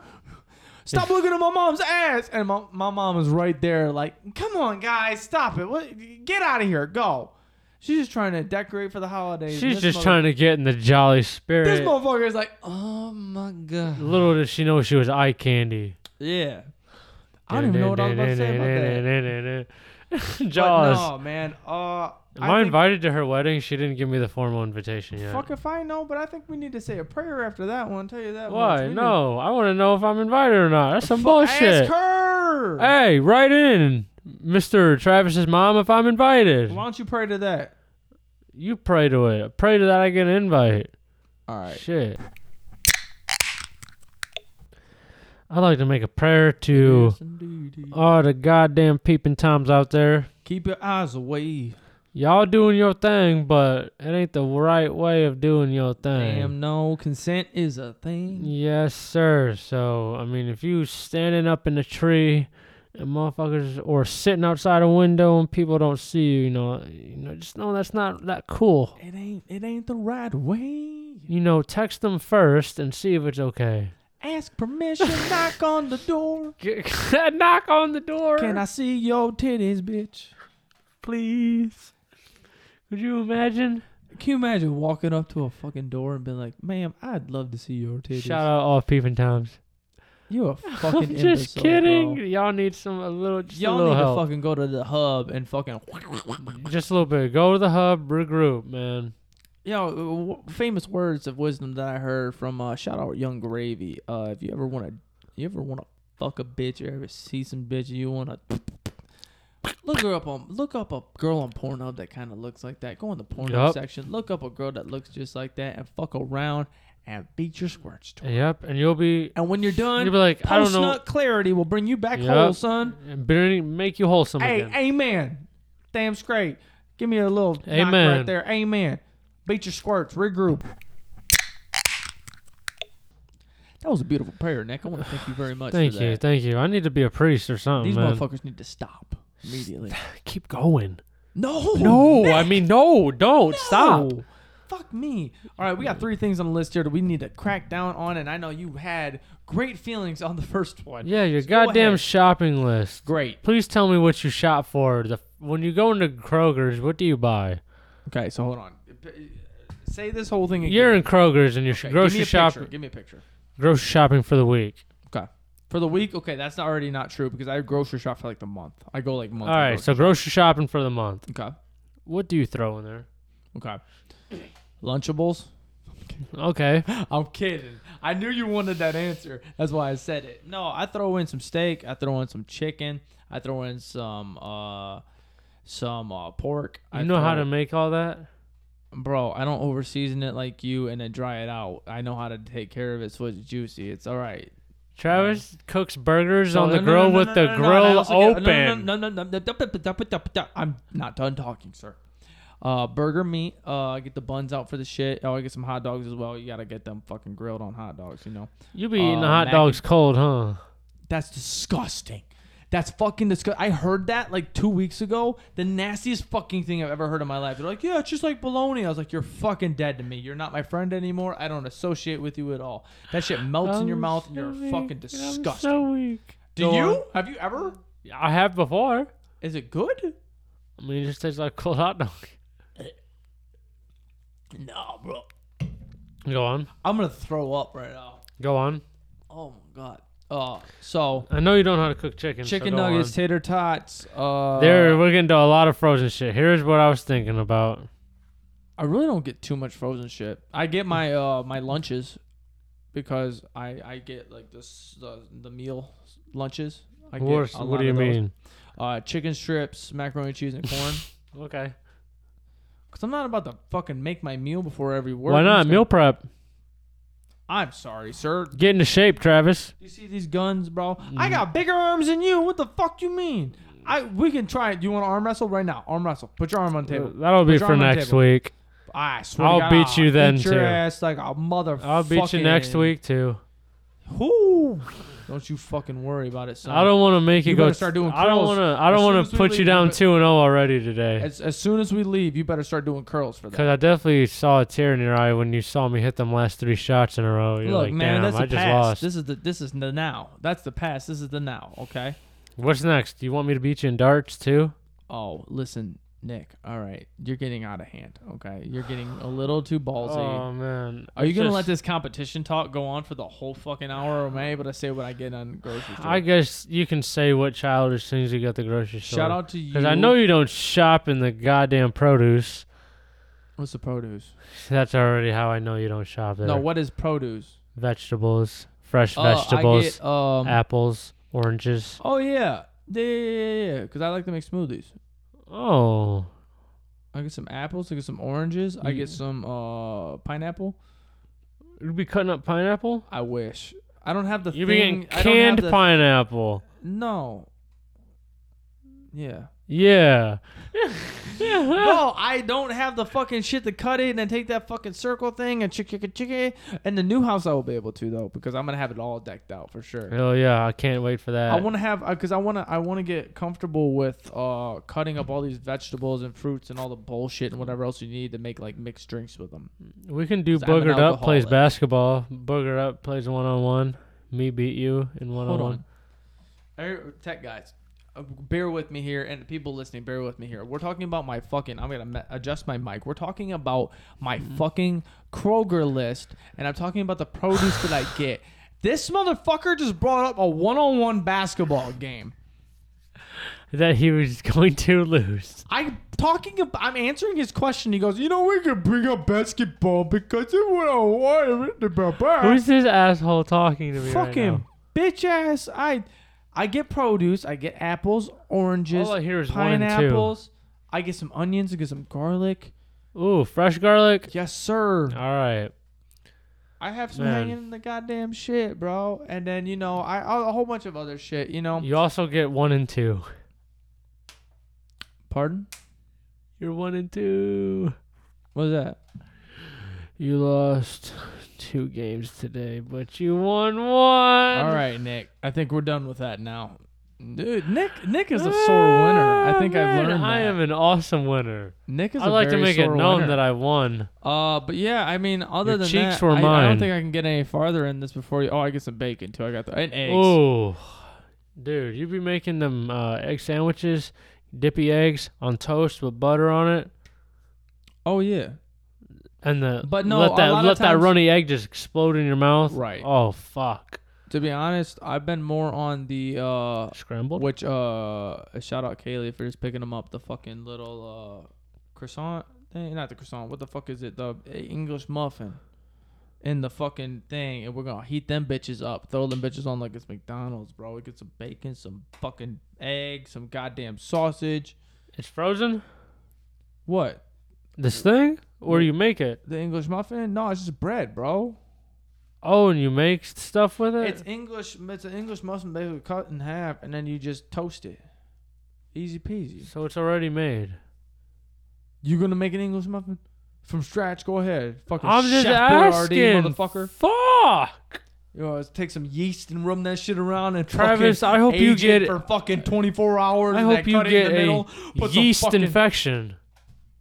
Stop looking at my mom's ass. And my, my mom is right there, like, come on, guys, stop it. What, get out of here. Go. She's just trying to decorate for the holidays. She's just trying to get in the jolly spirit. This motherfucker is like, oh my God. Little did she know she was eye candy. Yeah. I don't even know what I was about to say about that. (laughs) Jaws. But no, man. Uh, Am I, invited to her wedding? She didn't give me the formal invitation yet. Fuck if I know, but I think we need to say a prayer after that one. Tell you that much. Why? We No, I want to know if I'm invited or not. That's some need- bullshit. Ask her. Hey, write in, Mr. Travis's mom, if I'm invited. Why don't you pray to that? You pray to it. Pray to that I get an invite. All right. Shit. I'd like to make a prayer to all the goddamn peeping toms out there. Keep your eyes away. Y'all doing your thing, but it ain't the right way of doing your thing. Damn, no. Consent is a thing. Yes, sir. So I mean, if you standing up in a tree and motherfuckers or sitting outside a window and people don't see you, you know, you know, just know that's not that cool. It ain't. It ain't the right way. You know, text them first and see if it's okay. Ask (laughs) permission. knock on the door. Knock on the door. Can I see your titties, bitch? please? Could you imagine? Can you imagine walking up to a fucking door and being like, "Ma'am, I'd love to see your titties." Shout out all peeping times. You (laughs) a (laughs) fucking I'm just imbecile, kidding. bro. Y'all need some a little, just a Y'all little need help. to fucking go to the hub and fucking. (laughs) just a little bit. Go to the hub, regroup, man. You know, uh, w- famous words of wisdom that I heard from uh, shout out Young Gravy. Uh, if you ever want to, you ever want to fuck a bitch, or ever see some bitch, you want to (laughs) look her up on look up a girl on Pornhub that kind of looks like that. Go on the Pornhub Yup. section, look up a girl that looks just like that, and fuck around and beat your squirts. To her. Yep, and you'll be And when you're done, You'll be like, I don't post know. nut clarity will bring you back Yup. whole, son. And bitter- make you wholesome Hey, again. amen. Damn straight. Give me a little amen Amen. right there. Amen. Beat your squirts. Regroup. That was a beautiful prayer, Nick. I want to thank you very much. thank for you, that. thank you. I need to be a priest or something, These man. motherfuckers need to stop (laughs) immediately. Keep going. No, No, Nick, I mean no, don't stop. no. Fuck me. All right, we got three things on the list here that we need to crack down on, and I know you had great feelings on the first one. Yeah, your So go goddamn ahead. shopping list. Great. Please tell me what you shop for. The when you go into Kroger's, what do you buy? Okay, so hold on. uh, Say this whole thing again. You're in Kroger's and you're Okay, give me grocery a shopping. Picture. Give me a picture. Grocery shopping for the week. Okay. For the week, okay, that's not already not true because I grocery shop for like the month. I go like month. All right, so grocery shopping for the month. okay, What do you throw in there? okay. Lunchables. (laughs) Okay, I'm kidding. I knew you wanted that answer. That's why I said it. No, I throw in some steak. I throw in some chicken. I throw in some uh some uh pork. I you know how throw- to make all that. bro. I don't over season it like you and then dry it out. I know how to take care of it so it's juicy. It's all right. Travis cooks burgers No, on no, the no, grill no, no, with no, the no, no, I grill also get- open. no, no, no, no, no, no, dup, dup, dup, dup, dup, dup. I'm not done talking, sir. Uh, burger meat. Uh, I get the buns out for the shit. Oh, I get some hot dogs as well. You gotta get them fucking grilled on hot dogs. You know, You be eating Uh, the hot mac dogs cold, huh? that's disgusting. That's fucking disgusting. I heard that like two weeks ago. The nastiest fucking thing I've ever heard in my life. They're like, yeah, it's just like bologna. I was like, you're fucking dead to me. You're not my friend anymore. I don't associate with you at all. That shit melts in your mouth and you're fucking disgusting. so weak. Do Go you? Have you ever? I have before. Is it good? I mean, it just tastes like cold hot dog. (laughs) No, bro. Go on. I'm gonna throw up right now. Go on. Oh my god. Uh, so I know you don't know how to cook chicken. so chicken go nuggets, on. tater tots. Uh, There, we're getting to a lot of frozen shit. Here's what I was thinking about. I really don't get too much frozen shit. I get my uh my lunches because I I get like this the the meal lunches. I get Worse, a what lot do you of those. mean? (laughs) Uh, chicken strips, macaroni cheese, and corn. Okay. Cause I'm not about to fucking make my meal before every work. Why I'm not just meal prep? gonna- I'm sorry, sir. Get into shape, Travis. You see these guns, bro? Mm-hmm. I got bigger arms than you. What the fuck you mean? I we can try it. Do you want to arm wrestle right now? Arm wrestle. Put your arm on the table. Uh, That'll be Put your for arm on the next table. week. I swear. Uh, I'll to God, beat you then, beat your too. ass like a motherfucker. I'll beat you next week too. Whoo! Don't you fucking worry about it, son. I don't want to make you, you go. better start doing I don't curls want to. I as don't soon want as to we put you leave. down two and zero already today. As, as soon as we leave, you better start doing curls for that. Because I definitely saw a tear in your eye when you saw me hit them last three shots in a row. You're Look, like, man, damn, that's I the just past. lost. This is the this is the now. That's the past. This is the now. Okay. What's next? Do you want me to beat you in darts too? Oh, listen, Nick. All right, you're getting out of hand. Okay, you're getting a little too ballsy. Oh man, Are you It's gonna just- let this competition talk go on for the whole fucking hour? Or am I able to say what I get on grocery store? I guess you can say what childish things you got at the grocery store. Shout out to you. because I know you don't shop in the goddamn produce. What's the produce? That's already how I know you don't shop there. No, what is produce? Vegetables, fresh Oh, I vegetables, get, um, apples, oranges. Oh yeah, yeah, yeah, yeah. Because I like to make smoothies. Oh, I get some apples. I get some oranges. I get some uh pineapple. you'd be cutting up pineapple. I wish. I don't have the You'd be thing. getting I don't have canned the- pineapple. No. Yeah. Yeah. No, I don't have the fucking shit to cut it and then take that fucking circle thing and chick chick chick. chick. And the new house I will be able to though because I'm gonna have it all decked out for sure. Oh yeah, I can't wait for that. I want to have because I want to I want to get comfortable with uh cutting up all these vegetables and fruits and all the bullshit and whatever else you need to make like mixed drinks with them. we can do 'Cause I'm an boogered up plays alcoholic. basketball. Boogered up plays one on one. Me beat you in one Hold on one. on, Er, tech guys, uh, bear with me here, and the people listening, bear with me here. We're talking about my fucking. I'm gonna ma- adjust my mic. We're talking about my fucking Kroger list, and I'm talking about the produce that I get. This motherfucker just brought up a one-on-one basketball game. that he was (laughs) going to lose. I'm talking about. I'm answering his question. He goes, "You know, we can bring up basketball because it went on one with the blah-blah." Who's this asshole talking to me right Fucking now? bitch ass. I, I get produce. I get apples, oranges, All I hear is one and two. pineapples. I get some onions. I get some garlic. Ooh, fresh garlic. Yes, sir. All right. I have some Man. hanging in the goddamn shit, bro. And then you know, I a whole bunch of other shit. You know. You also get one and two. Pardon? You're one and two. What is that? You lost two games today, but you won one. All All right, Nick. I think we're done with that now. Dude, Nick Nick is a sore winner. I think I've learned that. Ah, Oh, I am an awesome winner. Nick is I'd like to make it known winner. that I won. Uh, but yeah, I mean, other Your than cheeks that, were I, I don't mine. think I can get any farther in this before you. Oh, I get some bacon too. I got the and eggs. Ooh, dude, you be making them uh, egg sandwiches, dippy eggs on toast with butter on it, Oh yeah, and the But no, let a that lot of let that times- runny egg just explode in your mouth. Right. Oh fuck. to be honest, I've been more on the uh, Scrambled. which uh, shout out Kaylee for just picking them up the fucking little uh croissant thing. Not the croissant. What the fuck is it? The English muffin. In the fucking thing, and we're gonna heat them bitches up. Throw them bitches on like it's McDonald's, bro. We get some bacon, some fucking egg, some goddamn sausage. It's frozen. What? This thing, or you make it. The English muffin? No, it's just bread, bro. Oh, and you make s- stuff with it. It's English. It's an English muffin basically cut in half, and then you just toast it. Easy peasy. so it's already made. You gonna make an English muffin from scratch? Go ahead, fucking I'm just Chef asking, Boyardee, motherfucker. Fuck, You know, take some yeast and rub that shit around and Travis. fucking I hope you age get. it for fucking 24 hours. I and hope then you cut it get in the a middle, put some yeast fucking- infection.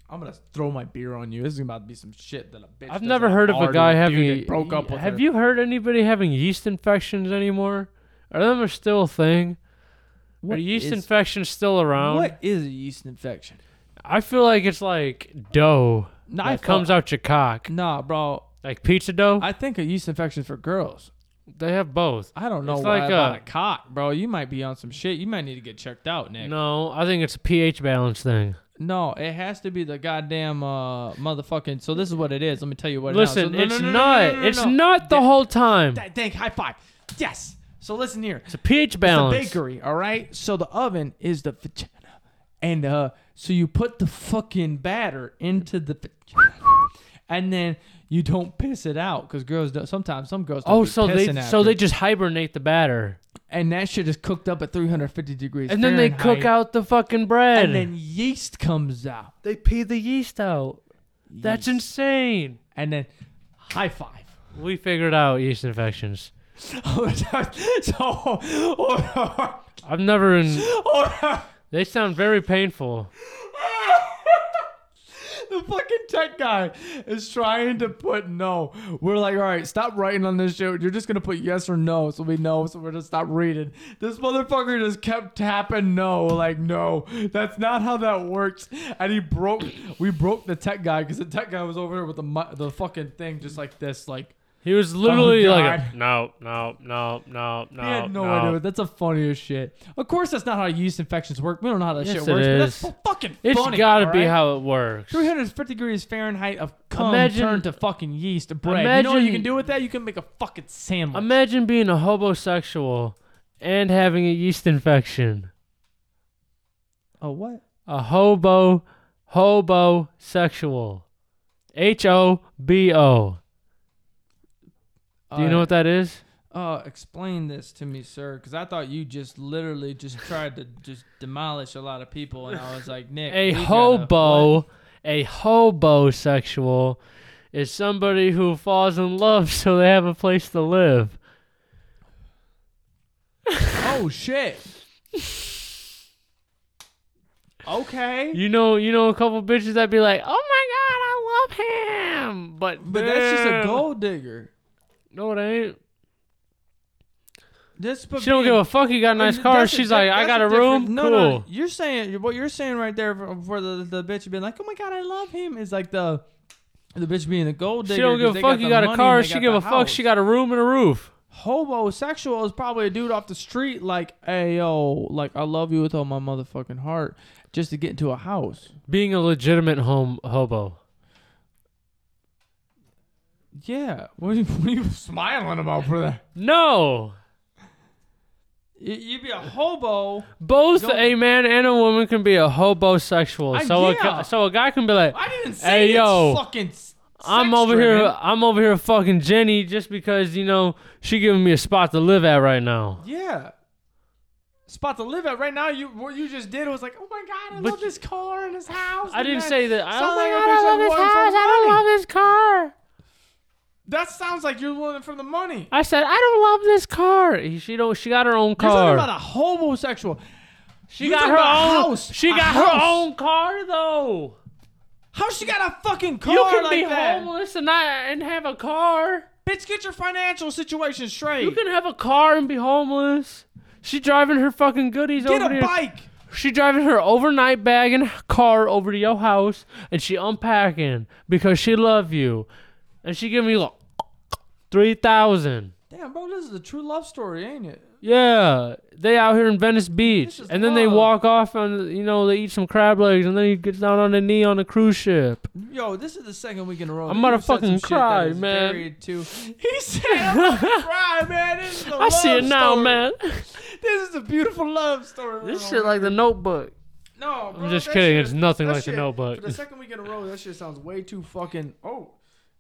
I'm gonna throw my beer on you. This is about to be some shit that a bitch. I've does never on heard of a Artie, guy dude having. that broke up with have her. you heard anybody having yeast infections anymore? Are them are still a thing? What are yeast um, is- infections still around? What is a yeast infection? I feel like it's like dough No, I that thought- comes out your cock, Nah, bro. like pizza dough. I think a yeast infection for girls. they have both. I don't know It's why like about a- a cock, bro. You might be on some shit. You might need to get checked out, Nick. No, No, I think it's a pH balance thing. it has to be the goddamn uh, motherfucking. So this is what it is. Let me tell you what. Listen, it is. it's not. it's not the whole time. Th- Thank. High five. Yes. So listen here. It's a pH It's a balance. bakery, all right. So the oven is the vagina, and uh, so you put the fucking batter into the, and then you don't piss it out because girls do, sometimes some girls. Don't Oh, be so they pissing so after. they just hibernate the batter, and that shit is cooked up at 350 degrees, and then they cook Fahrenheit, out the fucking bread, and then yeast comes out. they pee the yeast out. That's Yeast. insane. and then high five. (laughs) We figured out yeast infections. so or, I've never. In, or, (laughs) they sound very painful. the fucking tech guy is trying to put no. We're like, all right, stop writing on this shit. You're just gonna put yes or no, so we know. So we're just stop reading. This motherfucker just kept tapping no, like no. That's not how that works. And he broke. We broke the tech guy because the tech guy was over there with the mi- the fucking thing, just like this, like. He was literally Oh, like, God. no, no, no, no, no. I had no, idea. That's the funniest shit. Of course, that's not how yeast infections work. We don't know how that Yes, shit it works. But that's is. fu- fucking It's funny. gotta be alright? how it works. 350 degrees Fahrenheit of cum Imagine- turned to fucking yeast bread. you know what you Imagine- can do with that? You can make a fucking sandwich. Imagine being a homosexual and having a yeast infection. oh what? A hobo, hobo sexual. H O B O. Do you know what that is? Uh, explain this to me, sir, because I thought you just literally just tried to just demolish a lot of people, and I was like, (laughs) Nick, A we gotta- what? hobo, a hobo sexual is somebody who falls in love (laughs) so they have a place to live. Oh shit. (laughs) okay. You know, you know a couple bitches that be like, "Oh my god, I love him," but But that's just a damn. gold digger. No, it ain't. This but She don't give being- a fuck. You got a nice That's car. a- She's that- like, I that's got a different- room. No, cool. no, you're saying what you're saying right there for, for the the bitch being like, oh my god, I love him is like the the bitch being a gold digger. She don't 'cause give a they fuck. the You got money a and car. they She got give the a fuck. She house. got a room and a roof. Homosexual is probably a dude off the street like, hey yo, like I love you with all my motherfucking heart, just to get into a house. Being a legitimate home hobo. Yeah, (laughs) what are you, what are you smiling about for that? No, You- You'd be a hobo. both Don't- a man and a woman can be a hobosexual. I- so a yeah. gu- so a guy can be like, I didn't say Hey, it's yo, fucking. s- I'm sex over here. driven. I'm over here fucking Jenny just because you know she giving me a spot to live at right now. Yeah. Spot to live at right now. You what you just did was like, oh my god, I But love this car and this house. I and didn't that." say that. I don't Sounds like think a I bitch don't that's love his wanting for house. I money. don't love his car. That sounds like you're willing for the money. I said I don't love this car. He- She don't. She got her own You're car. talking about a homosexual. she you're got talking her about a own. house. She A got house. her own car though. How she got a fucking car you can like be that? homeless and not and have a car. Bitch, get your financial situation straight. You can have a car and be homeless. She driving her fucking goodies get over a here. bike. She driving her overnight bag and car over to your house, and she unpacking because she love you, and she give me like three thousand. Damn, bro, this is a true love story, ain't it? Yeah, they out here in Venice Beach, This is and then they love. walk off and you know they eat some crab legs, and then he gets down on the knee on a cruise ship. Yo, this is the second week in a row. I'm that gonna you've said fucking some shit cry, that is man. very Too. (laughs) He said, I'm gonna cry, man. This (laughs) is a I see love it now, story. man. This is a beautiful love story. (laughs) this bro. shit like the Notebook. No, bro, just that kidding. shit- It's nothing that like the shit- Notebook. For the second week in a row, that shit sounds way too fucking. Oh,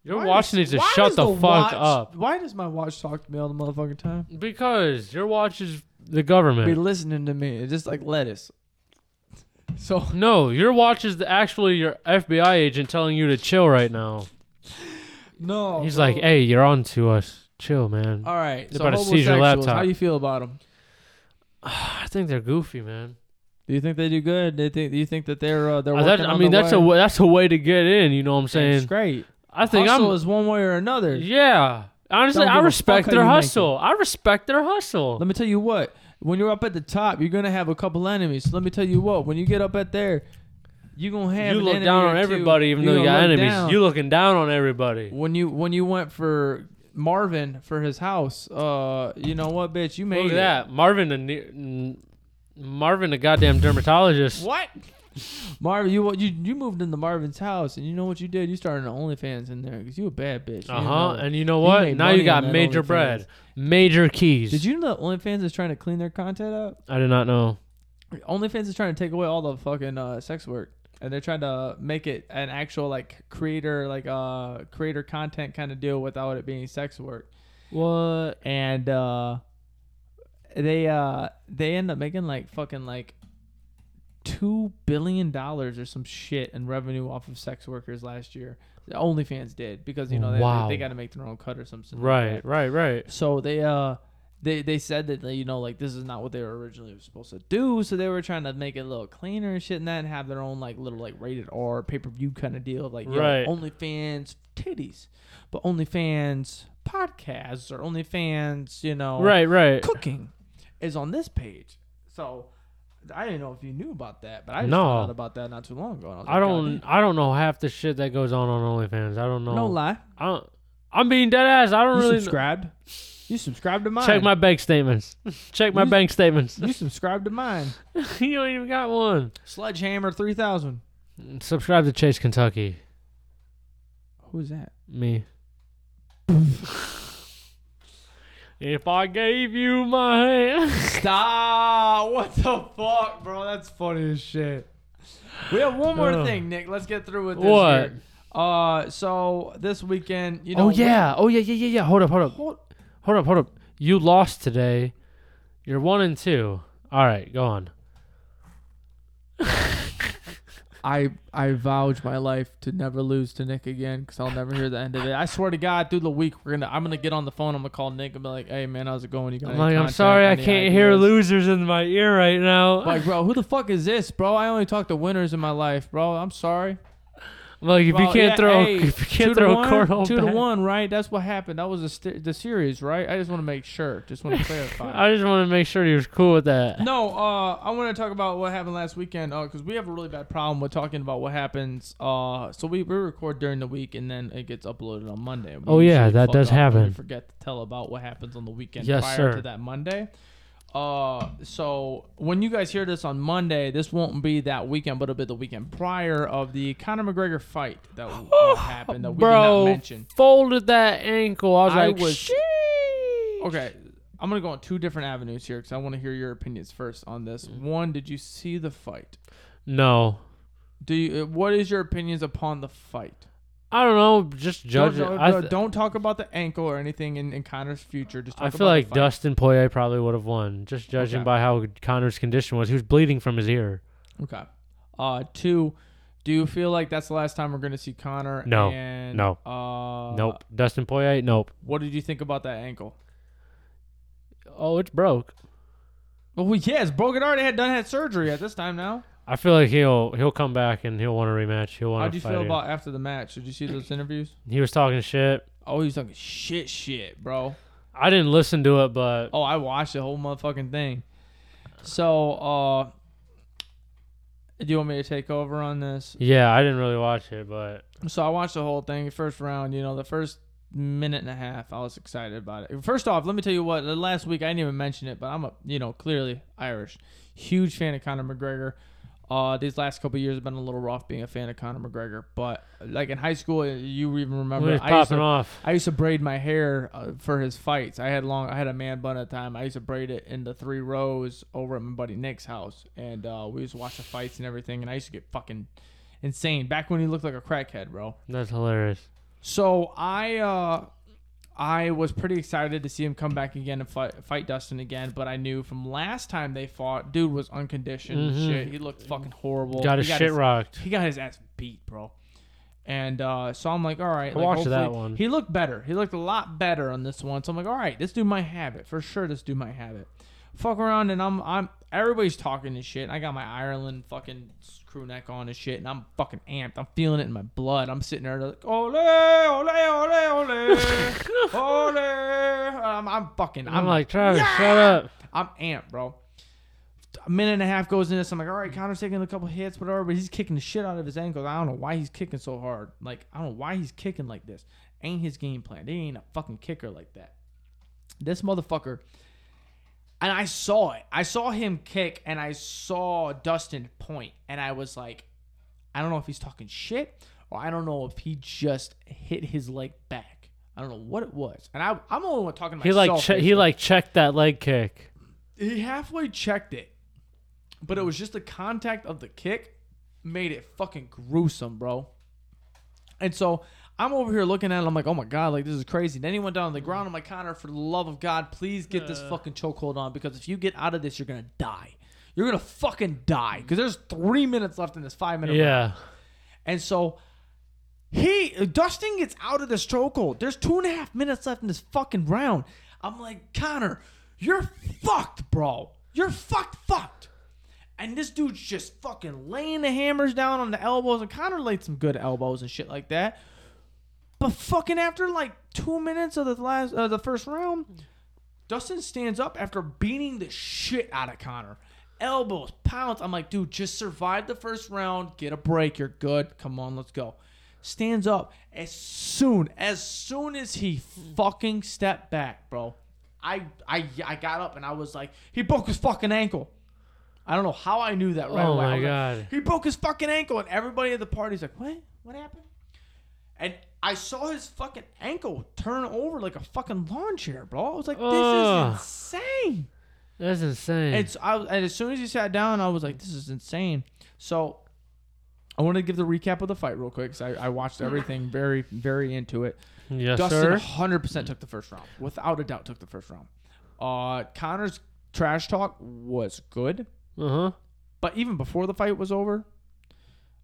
You're why watching does- it to why shut does the, fuck watch- up Why does my watch talk to me all the motherfucking time? because your watch is the Be government. listening to me. It's just like lettuce. So No, your watch is the, actually your FBI agent telling you to chill right now. no. He's bro. like, "Hey, you're on to us. Chill, man." All right. they're So about to seize your homosexuals, laptop. How you feel about them? I think they're goofy, man. Do you think they do good? Do you think? Do you think that they're uh, they're Uh, that- working I on mean, the that's a way? wa- that's a way to get in. You know what I'm It's saying? great. I think Hustle I'm. is one way or another. yeah, honestly, Don't I give a fuck respect how their you make hustle. I respect their hustle. Let me tell you what. When you're up at the top, you're gonna have a couple enemies. Let me tell you what. When you get up at there, you're gonna have. you an look enemy down or on two. everybody, even You're though you gonna got look enemies. down. You looking down on everybody. when you when you went for Marvin for his house, uh, you know what, bitch, you made Look at it. that, Marvin, the ne- n- Marvin, the goddamn dermatologist. What? Marvin, you you you moved into Marvin's house, and you know what you did? You started an OnlyFans in there because you a bad bitch. You Uh huh. know. And you know You what? made now money you on got that major OnlyFans. bread, major keys. did you know that OnlyFans is trying to clean their content up? I did not know. OnlyFans is trying to take away all the fucking uh, sex work, and they're trying to make it an actual like creator, like uh creator content kind of deal without it being sex work. What? And uh, they uh they end up making like fucking like two billion dollars or some shit in revenue off of sex workers last year. OnlyFans did because you know they, Wow. they, got to make their own cut or something. like that. Right, right, right. So they uh they they said that they, you know like this is not what they were originally supposed to do. So they were trying to make it a little cleaner and shit and that and have their own like little like rated R pay per view kind of deal of like yo, Right. OnlyFans titties, but OnlyFans podcasts or OnlyFans you know Right, right. cooking is on this page. So. I didn't know if you knew about that, but I just No. found out about that not too long ago. and was I like, don't "God I don't know half the shit that goes on on OnlyFans. I don't damn." know. No lie, I don't, I'm being dead ass. I don't you really kn- subscribed. You subscribed to mine. check my (laughs) bank statements. check my You- bank (laughs) statements. You subscribed to mine. (laughs) you don't even got one. Sledgehammer three thousand. Subscribe to Chase Kentucky. Who's that? (laughs) Me. if I gave you my (laughs) hand. Stop! What the fuck, bro? That's funny as shit. We have one more Ugh. thing, Nick. Let's get through with this. What? here. Uh, so this weekend, you know. oh yeah. Oh yeah. Yeah yeah yeah. Hold up. Hold up. Hold, up. Hold up. You lost today. You're one and two. All right. Go on. I I vowed my life to never lose to Nick again because I'll never hear the end of it. I swear to God, through the week we're gonna I'm gonna get on the phone. I'm gonna call Nick and be like, Hey man, how's it going? You got I'm any like, I'm content? sorry. I Any can't hear ideas?" losers in my ear right now. Like, bro, who the fuck is this, bro? I only talk to winners in my life, bro. I'm sorry. I'm like, if you Well, can't yeah, throw, hey, (laughs) if two you can't throw to a one, cornhole two to back- one, right? That's what happened. That was the, st- the series, right? I just want to make sure. Just (laughs) want to clarify. I just want to make sure he was cool with that. (laughs) no, uh, I want to talk about what happened last weekend because we have a really bad problem with talking about what happens. Uh, so we, we record during the week and then it gets uploaded on Monday. We Oh, yeah, usually that fuck does up and happen. We forget to tell about what happens on the weekend Yes, prior sir. to that Monday. Uh, so when you guys hear this on Monday, this won't be that weekend, but it'll be the weekend prior of the Conor McGregor fight (gasps) that uh, happened that we did Bro, not mention. folded that ankle. I was I like, was- "Sheesh." Okay, I'm gonna go on two different avenues here because I want to hear your opinions first on this. Mm-hmm. One, did you see the fight? No, Do you? uh, What is your opinions upon the fight? I don't know. Just judge don't, it. don't- I, th- don't talk about the ankle or anything in, in Connor's future. Just talk I feel about like the fight. Dustin Poirier probably would have won, just judging Okay. by how Connor's condition was. He was bleeding from his ear. Okay. Uh, two. Do you feel like that's the last time we're gonna see Connor? No. And, No. Uh, nope. Dustin Poirier. Nope. What did you think about that ankle? Oh, it's broke. Oh yes, Brogan already had done had surgery at this time now. I feel like he'll he'll come back and he'll want a rematch. He'll want. How do you fight feel again. about after the match? Did you see those interviews? He was talking shit. Oh, he was talking shit, shit, bro. I didn't listen to it, but Oh, I watched the whole motherfucking thing. So, uh, do you want me to take over on this? yeah, I didn't really watch it. But So I watched the whole thing. First round, you know, the first minute and a half, I was excited about it. First off, let me tell you what. the Last week, I didn't even mention it, but I'm a, you know, clearly Irish, huge fan of Conor McGregor. Uh, these last couple years have been a little rough being a fan of Conor McGregor, but like in high school, you even when remember he was I used to popping off. I used to braid my hair uh, for his fights. I had long, I had a man bun at the time. I used to braid it into three rows over at my buddy Nick's house, and uh, we used to watch the fights and everything. And I used to get fucking insane back when he looked like a crackhead, bro. That's hilarious. So I, uh, I was pretty excited to see him come back again and fight, fight Dustin again. But I knew from last time they fought, dude was unconditioned. Mhm. Shit, he looked fucking horrible. got his he shit rocked. he got his ass beat, bro. And uh, so I'm like, all right. I like, watched that hopefully- one. He looked better. He looked a lot better on this one. So I'm like, all right, this dude might have it for sure. This dude might have it. Fuck around, and I'm I'm everybody's talking and shit. I got my Ireland fucking crew neck on and shit, and I'm fucking amped. I'm feeling it in my blood. I'm sitting there like, ole, ole, ole, ole, (laughs) ole. I'm, I'm fucking. I'm like Travis, shut up. I'm amped, bro. A minute and a half goes in this. I'm like, all right, Connor's taking a couple hits, whatever, but he's kicking the shit out of his ankles. I don't know why he's kicking so hard. Like, I don't know why he's kicking like this. Ain't his game plan. They ain't a fucking kicker like that. This motherfucker. And I saw it. I saw him kick and I saw Dustin point, And I was like, I don't know if he's talking shit or I don't know if he just hit his leg back. I don't know what it was. And I, I'm the only one talking to He myself. like che- he basically like checked that leg kick. he halfway checked it. But it was just the contact of the kick made it fucking gruesome, bro. And so I'm over here looking at it. I'm like, oh my God, like this is crazy. Then he went down on the ground. I'm like, Connor, for the love of God, please get this Uh. fucking chokehold on because if you get out of this, you're going to die. You're going to fucking die because there's three minutes left in this five minute round. Yeah. And so he Dustin gets out of this chokehold. There's two and a half minutes left in this fucking round. I'm like, Connor, you're fucked, bro. You're fucked, fucked. And this dude's just fucking laying the hammers down on the elbows, and Connor laid some good elbows and shit like that. But fucking after like two minutes of the last uh, the first round, Hmm. Dustin stands up after beating the shit out of Connor. Elbows, pounds. I'm like, dude, just survive the first round. Get a break. You're good. Come on, let's go. Stands up as soon as soon as he Hmm. fucking stepped back, bro. I I I got up and I was like, he broke his fucking ankle. I don't know how I knew that right Oh away. I my was like, God. he broke his fucking ankle, and everybody at the party's like, what? What happened? And I saw his fucking ankle turn over like a fucking lawn chair, bro. I was like, this Ugh. is insane. That's insane. And, so I, was- and as soon as he sat down, I was like, this is insane. So I want to give the recap of the fight real quick because I, I watched (laughs) everything very, very into it. yes, Dustin sir. 100% took the first round. Without a doubt, took the first round. Uh, Connor's trash talk was good. Uh huh. But even before the fight was over,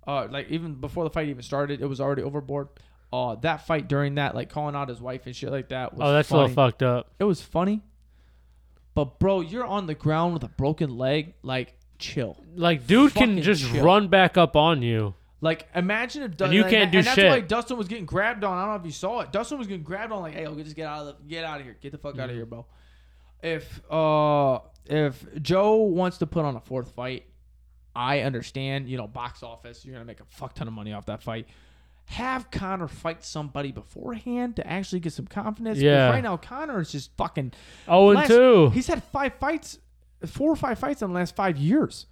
uh, like even before the fight even started, it was already overboard. Uh, that fight during that, like calling out his wife and shit like that. Was Oh, that's a funny. little fucked up. It was funny. But bro, you're on the ground with a broken leg. Like chill. Like, dude Fucking can just chill. run back up on you. Like imagine if And you like, can't and do that's shit. why Dustin was getting grabbed on. I don't know if you saw it. Dustin was getting grabbed on. Like hey, yo, just get out of the, get out of here. Get the fuck out of here, bro. If uh if Joe wants to put on a fourth fight, I understand. You know, box office, you're gonna make a fuck ton of money off that fight. Have Connor fight somebody beforehand to actually get some confidence. 'cause Yeah. Right now, Connor is just fucking Oh, and last- two. He's had five fights, four or five fights in the last five years,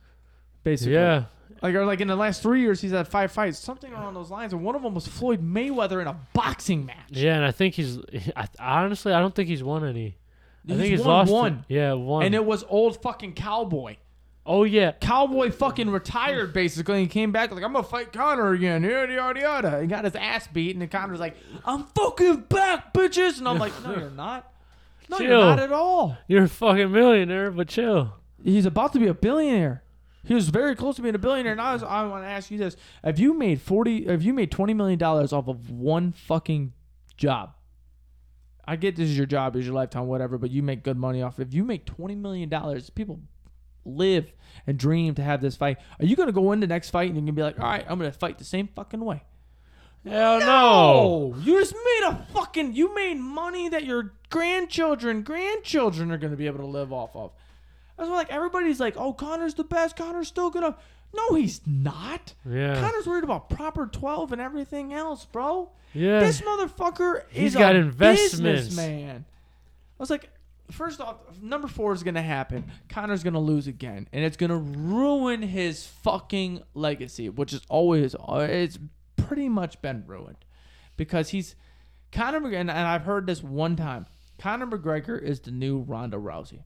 basically. Yeah. Like or like in the last three years, he's had five fights, something around those lines, and one of them was Floyd Mayweather in a boxing match. Yeah, and I think he's. (laughs) I, honestly, I don't think he's won any. I He's think he's won lost one. Yeah, one. And it was old fucking cowboy. oh yeah, Cowboy fucking retired basically and came back like I'm gonna fight Connor again. Yada yada yada. And got his ass beat, and then Connor's like, I'm fucking back, bitches. And I'm like, No, you're not. No, you're Chill. not at all. you're a fucking millionaire, but chill. he's about to be a billionaire. He was very close to being a billionaire. Now I, was- I want to ask you this: Have you made forty? Have you made twenty million dollars off of one fucking job? I get this is your job, is your lifetime, whatever, but you make good money off. If you make twenty million dollars, people live and dream to have this fight. Are you gonna go into next fight and you're gonna be like, all right, I'm gonna fight the same fucking way? Hell no. No, you just made a fucking. You made money that your grandchildren, grandchildren are gonna be able to live off of. That's why, like, everybody's like, "Oh, Connor's the best. Connor's still gonna." No, he's not. Yeah. Connor's worried about proper twelve and everything else, bro. Yeah. This motherfucker He's is got a investments. man. I was like, first off, number four is gonna happen. Connor's gonna lose again, and it's gonna ruin his fucking legacy, which is always it's pretty much been ruined because he's Conor McGregor, and, and I've heard this one time. Conor McGregor is the new Ronda Rousey.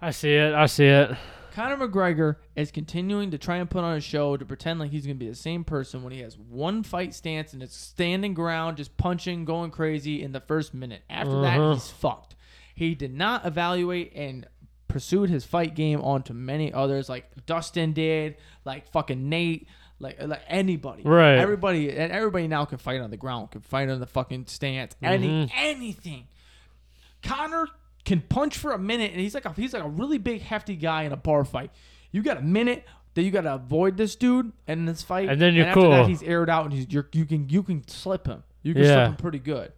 I see it. I see it. Conor McGregor is continuing to try and put on a show to pretend like he's going to be the same person when he has one fight stance and it's standing ground, just punching, going crazy in the first minute. After that, Uh-huh. he's fucked. He did not evaluate and pursued his fight game onto many others, like Dustin did, like fucking Nate, like like anybody. Right. Everybody and everybody now can fight on the ground, can fight on the fucking stance, any Mm-hmm. anything. Connor can punch for a minute, and he's like a, he's like a really big, hefty guy in a bar fight. You got a minute that you got to avoid this dude in this fight, And then you're after That, cool. he's aired out, and he's you're, you can you can slip him. You can slip Yeah. him pretty good.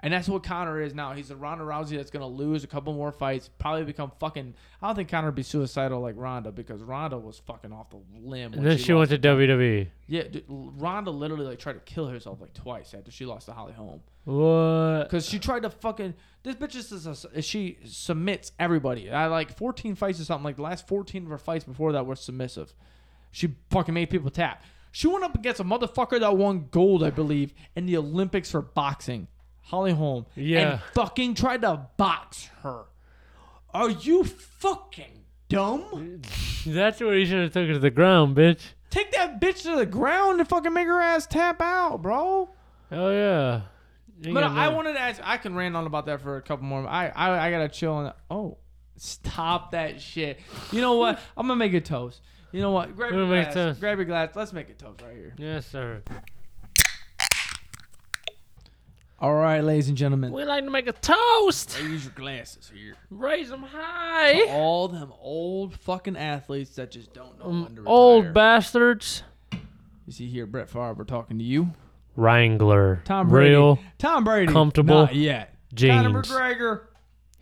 And that's what Connor is now. He's a Ronda Rousey that's gonna lose a couple more fights, probably become fucking. I don't think Connor would be suicidal like Ronda because Ronda was fucking off the limb. when And then she lost. went to E. WWE. Yeah, dude, Ronda literally like tried to kill herself like twice after she lost to Holly Holm. What? Because she tried to fucking. This bitch is just a, she submits everybody. I like 14 fights or something. Like the last 14 of her fights before that were submissive. She fucking made people tap. She went up against a motherfucker that won gold, I believe, in the Olympics for boxing, Holly Holm. Yeah. And fucking tried to box her. Are you fucking dumb? That's where he should have took it to the ground, bitch. Take that bitch to the ground and fucking make her ass tap out, bro. Hell yeah. Ain't But got I no- wanted to ask. I can rant on about that for a couple more. I I, I gotta chill on that. Oh, stop that shit. You know what? (laughs) I'm gonna make a toast. You know what? Grab We're your gonna make a glass. toast. Grab your glass. Let's make a toast right here. Yes, sir. All right, ladies and gentlemen. We like to make a toast. Use your glasses here. Raise them high. All them old fucking athletes that just don't know when to retire. Mm, Old bastards. You see here, Brett Favre talking to you. Wrangler. Tom Brady. Real. Tom Brady. comfortable Not yet. Conor jeans. McGregor.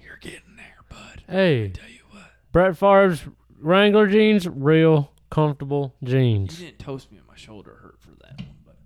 You're getting there, bud. Hey, Tell you what. Brett Favre's Wrangler jeans. Real comfortable jeans. You didn't toast me, and my shoulder hurt for that one. But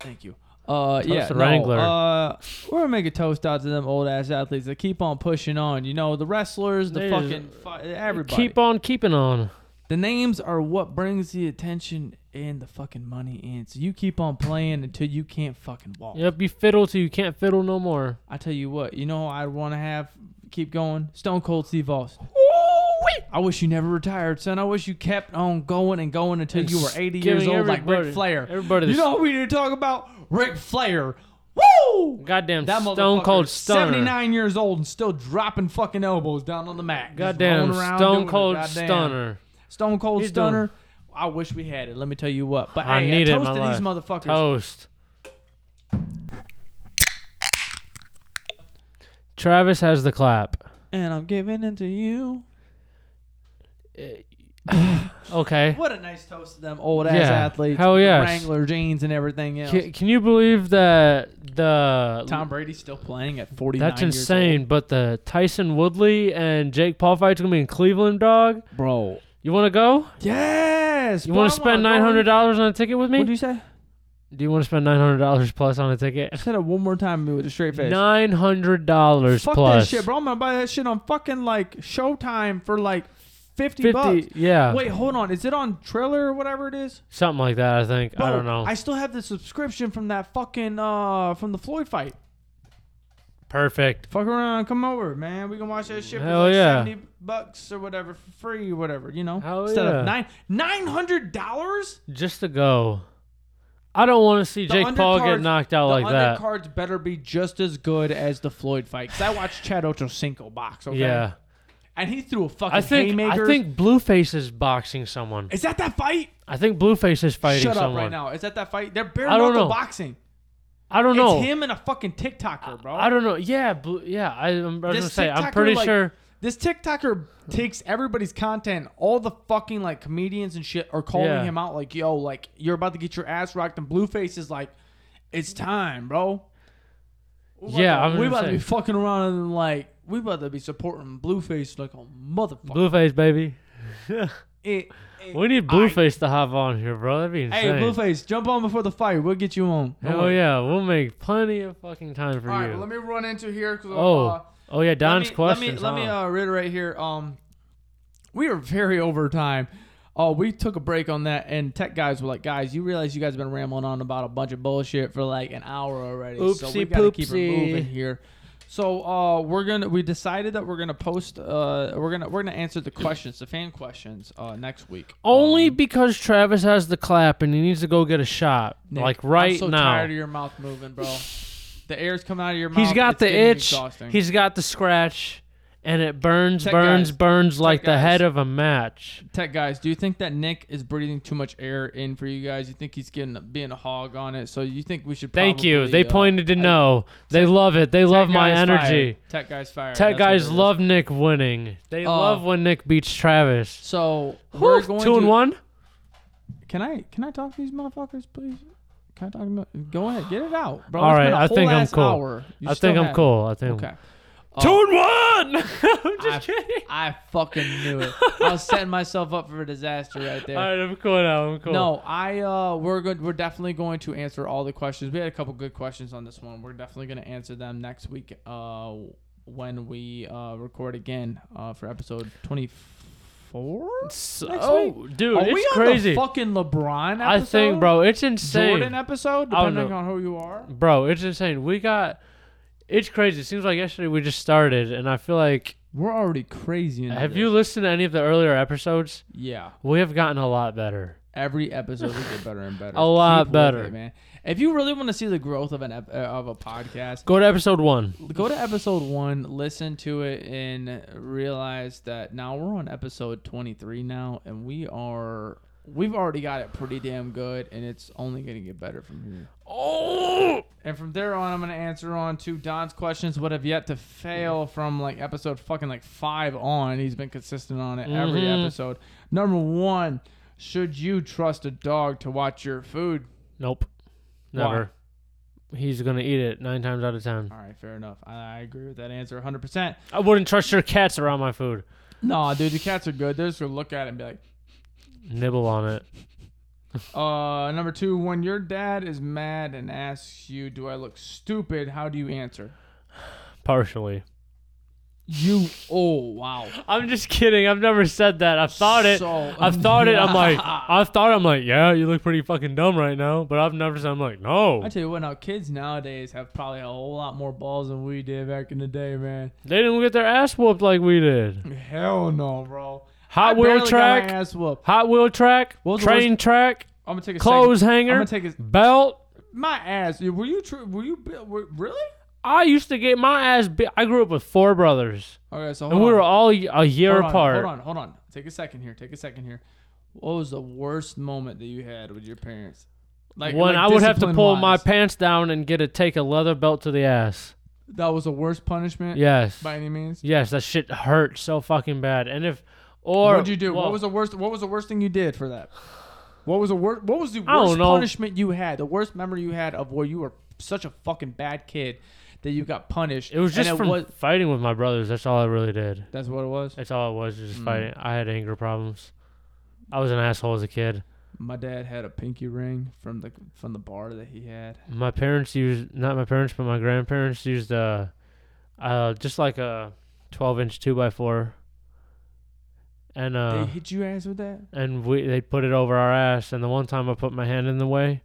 thank you. Uh, yeah, Toasted no, Wrangler. Uh, we're gonna make a toast out to them old ass athletes that keep on pushing on. You know, the wrestlers, the They just- fucking fi- everybody. Keep on keeping on. the names are what brings the attention and the fucking money in. So you keep on playing until you can't fucking walk. Yep, you fiddle till you can't fiddle no more. I tell you what, you know, I want to have keep going. Stone Cold Steve Austin. Ooh-wee. I wish you never retired, son. I wish you kept on going and going until you were 80 years Giving old, like everybody- Ric Flair. Everybody. You this- know who we need to talk about? Ric Flair. Woo! Goddamn That Stone motherfucker Cold is Stunner. 79 years old and still dropping fucking elbows down on the mat. Just Goddamn rolling around doing Stone it. Cold Goddamn. Stunner. Stone Cold He's doing- Stunner. I wish we had it. Let me tell you what. But I hey, need it a in toast my to these life. motherfuckers. Toast. Travis has the clap. And I'm giving it to you. Uh, (sighs) (sighs) Okay. What a nice toast to them old ass Yeah. athletes. Hell with the yes. Wrangler jeans and everything else. Can, can you believe that the Tom Brady's still playing at 49 That's years insane. But the Tyson Woodley and Jake Paul fight's gonna be in Cleveland, dog. old. Bro. You want to go? Yes. You bro, I want to spend wanna nine go. hundred dollars on a ticket with me? What'd you say? Do you want to spend nine hundred dollars plus on a ticket? Said it one more time with a straight face. Nine hundred dollars Fuck plus. that shit, bro. I'm gonna buy that shit on fucking like Showtime for like 50, bucks. Fifty. Yeah. Wait, hold on. Is it on Triller or whatever it is? Something like that. I think. I Bro, don't know. I still have the subscription from that fucking uh from the Floyd fight. Perfect. Fuck around, come over, man. We can watch that shit for Hell like yeah. seventy bucks or whatever for free or whatever, you know. Hell Instead yeah. of nine nine hundred dollars? Just to go. I don't want to see The Jake Paul get undercard- knocked out like the that. undercards better be just as good as the Floyd fight. Cause I watched Chad Ochocinco box, okay? Yeah. And he threw a fucking I think haymaker. I think Blueface is boxing someone. Is that that fight? I think Blueface is fighting Shut someone. up right now. Is that that fight? They're bare I don't knuckle know. boxing. I don't know. It's him and a fucking TikToker, bro. I don't know. Yeah, blue, yeah. I, I'm, I was This gonna say. I'm TikToker, pretty like- sure. This TikToker takes everybody's content. All the fucking like comedians and shit are calling Yeah. him out like, "Yo, like you're about to get your ass rocked." And Blueface is like, "It's time, bro." We about Yeah, to- I was we gonna about to be say. fucking around and like we about to be supporting Blueface like a motherfucker. Blueface, baby. Eh, eh. We need I- Blueface to hop on here, bro. That'd be insane. Hey, Blueface, jump on before the fight. We'll get you on. Don't Hell worry. yeah, we'll make plenty of fucking time for All right, you. well, let me run into here. 'cause, oh, uh, oh yeah, Don's let me, questions. Let me, huh? let me uh, reiterate here. Um, we are very over time. Oh, we took a break on that, and tech guys were like, "Guys, you realize you guys have been rambling on about a bunch of bullshit for like an hour already, so we Oopsie gotta keep it poopsie. moving here." So uh, we're gonna we decided that we're gonna post uh, we're gonna we're gonna answer the questions, the fan questions uh, next week. Only Um, because Travis has the clap and he needs to go get a shot, Nick, like right I'm so now. tired of your mouth moving, bro. The air's coming out of your mouth. He's got It's the getting itch. exhausting. He's got the scratch, and it burns, Tech burns, guys. burns like the guys. head of a match. Tech guys, do you think that Nick is breathing too much air in for you guys? You think he's getting being a hog on it? So you think we should? Thank you. probably, They uh, pointed to no. They Tech- love it. They Tech love my guys energy. fired. Tech guys fire. Tech guys love Nick winning. They Uh, love when Nick beats Travis. So we're Whew, going two and to- one. Can I can I talk to these motherfuckers, please? Can I talk? To them? Go ahead, get it out, bro. All It's right, been a I whole think I'm ass cool. hour. You I still think I'm have- cool. I think. Okay. I'm Two and one. (laughs) I- I'm just kidding. I fucking knew it. I was setting myself up for a disaster (laughs) right there. All right, I'm cool now. I'm cool. No, I uh, we're good. We're definitely going to answer all the questions. We had a couple good questions on this one. We're definitely going to answer them next week. Uh, when we uh record again uh for episode twenty four. So, Next oh, dude, Are it's we crazy. on the fucking LeBron? Episode? I think, bro, it's insane. Jordan episode, I don't depending know. on who you are. Bro, it's insane. We got. It's crazy. It seems like yesterday we just started, and I feel like We're already crazy. Into Have this. you listened to any of the earlier episodes? Yeah. We have gotten a lot better. Every episode we get better and better. (laughs) A lot with better. it, man. If you really want to see the growth of an ep- uh, of a podcast, Go to episode one. go to episode one, listen to it, and realize that now we're on episode twenty three now, and we are we've already got it pretty damn good, and it's only gonna get better from here. Oh, And from there on, I'm gonna answer on to Don's questions. What have yet to fail from like episode fucking like five on? He's been consistent on it every Mhm. episode. Number one, should you trust a dog to watch your food? nope, never. He's gonna eat it nine times out of ten. All right, fair enough. I, I agree with that answer 100. percent I wouldn't trust your cats around my food. No, dude, the cats are good. They're just gonna look at it and be like, Nibble on it. uh, number two, when your dad is mad and asks you, "Do I look stupid?" How do you answer? Partially. You, oh wow, I'm just kidding. I've never said that. I've thought it. So- I've thought it. (laughs) I'm like, I've thought I'm like, yeah, you look pretty fucking dumb right now. But I've never said I'm like, no. I tell you what, now kids nowadays have probably a whole lot more balls than we did back in the day, man. They didn't get their ass whooped like we did. Hell no, bro. Hot I barely wheel got track, my ass whooped. hot wheel track, What was the train track, I'm gonna take a clothes Second. I'm hanger, gonna take a, belt. my ass. Were you true? Were you bi- were, really? I used to get my ass. Bi- I grew up with four brothers, Okay, so and hold we were on. all y- a year hold on, apart. Hold on, hold on. Take a second here. Take a second here. What was the worst moment that you had with your parents? Like When like I would have to pull my discipline-wise. pants down and get a take a leather belt to the ass. That was the worst punishment. Yes, By any means. yes, that shit hurt so fucking bad. And if or What'd you do? well, what was the worst? What was the worst thing you did for that? What was the worst? What was the I don't worst know. punishment you had? The worst memory you had of where you were such a fucking bad kid that you got punished. It was just and from was- fighting with my brothers. That's all I really did. that's what it was. That's all it was, just Mm. fighting. I had anger problems. I was an asshole as a kid. My dad had a pinky ring from the from the bar that he had. My parents used not my parents, but my grandparents used uh, uh just like a twelve inch two by four. And uh they hit you ass with that. and we they put it over our ass and the one time I put my hand in the way,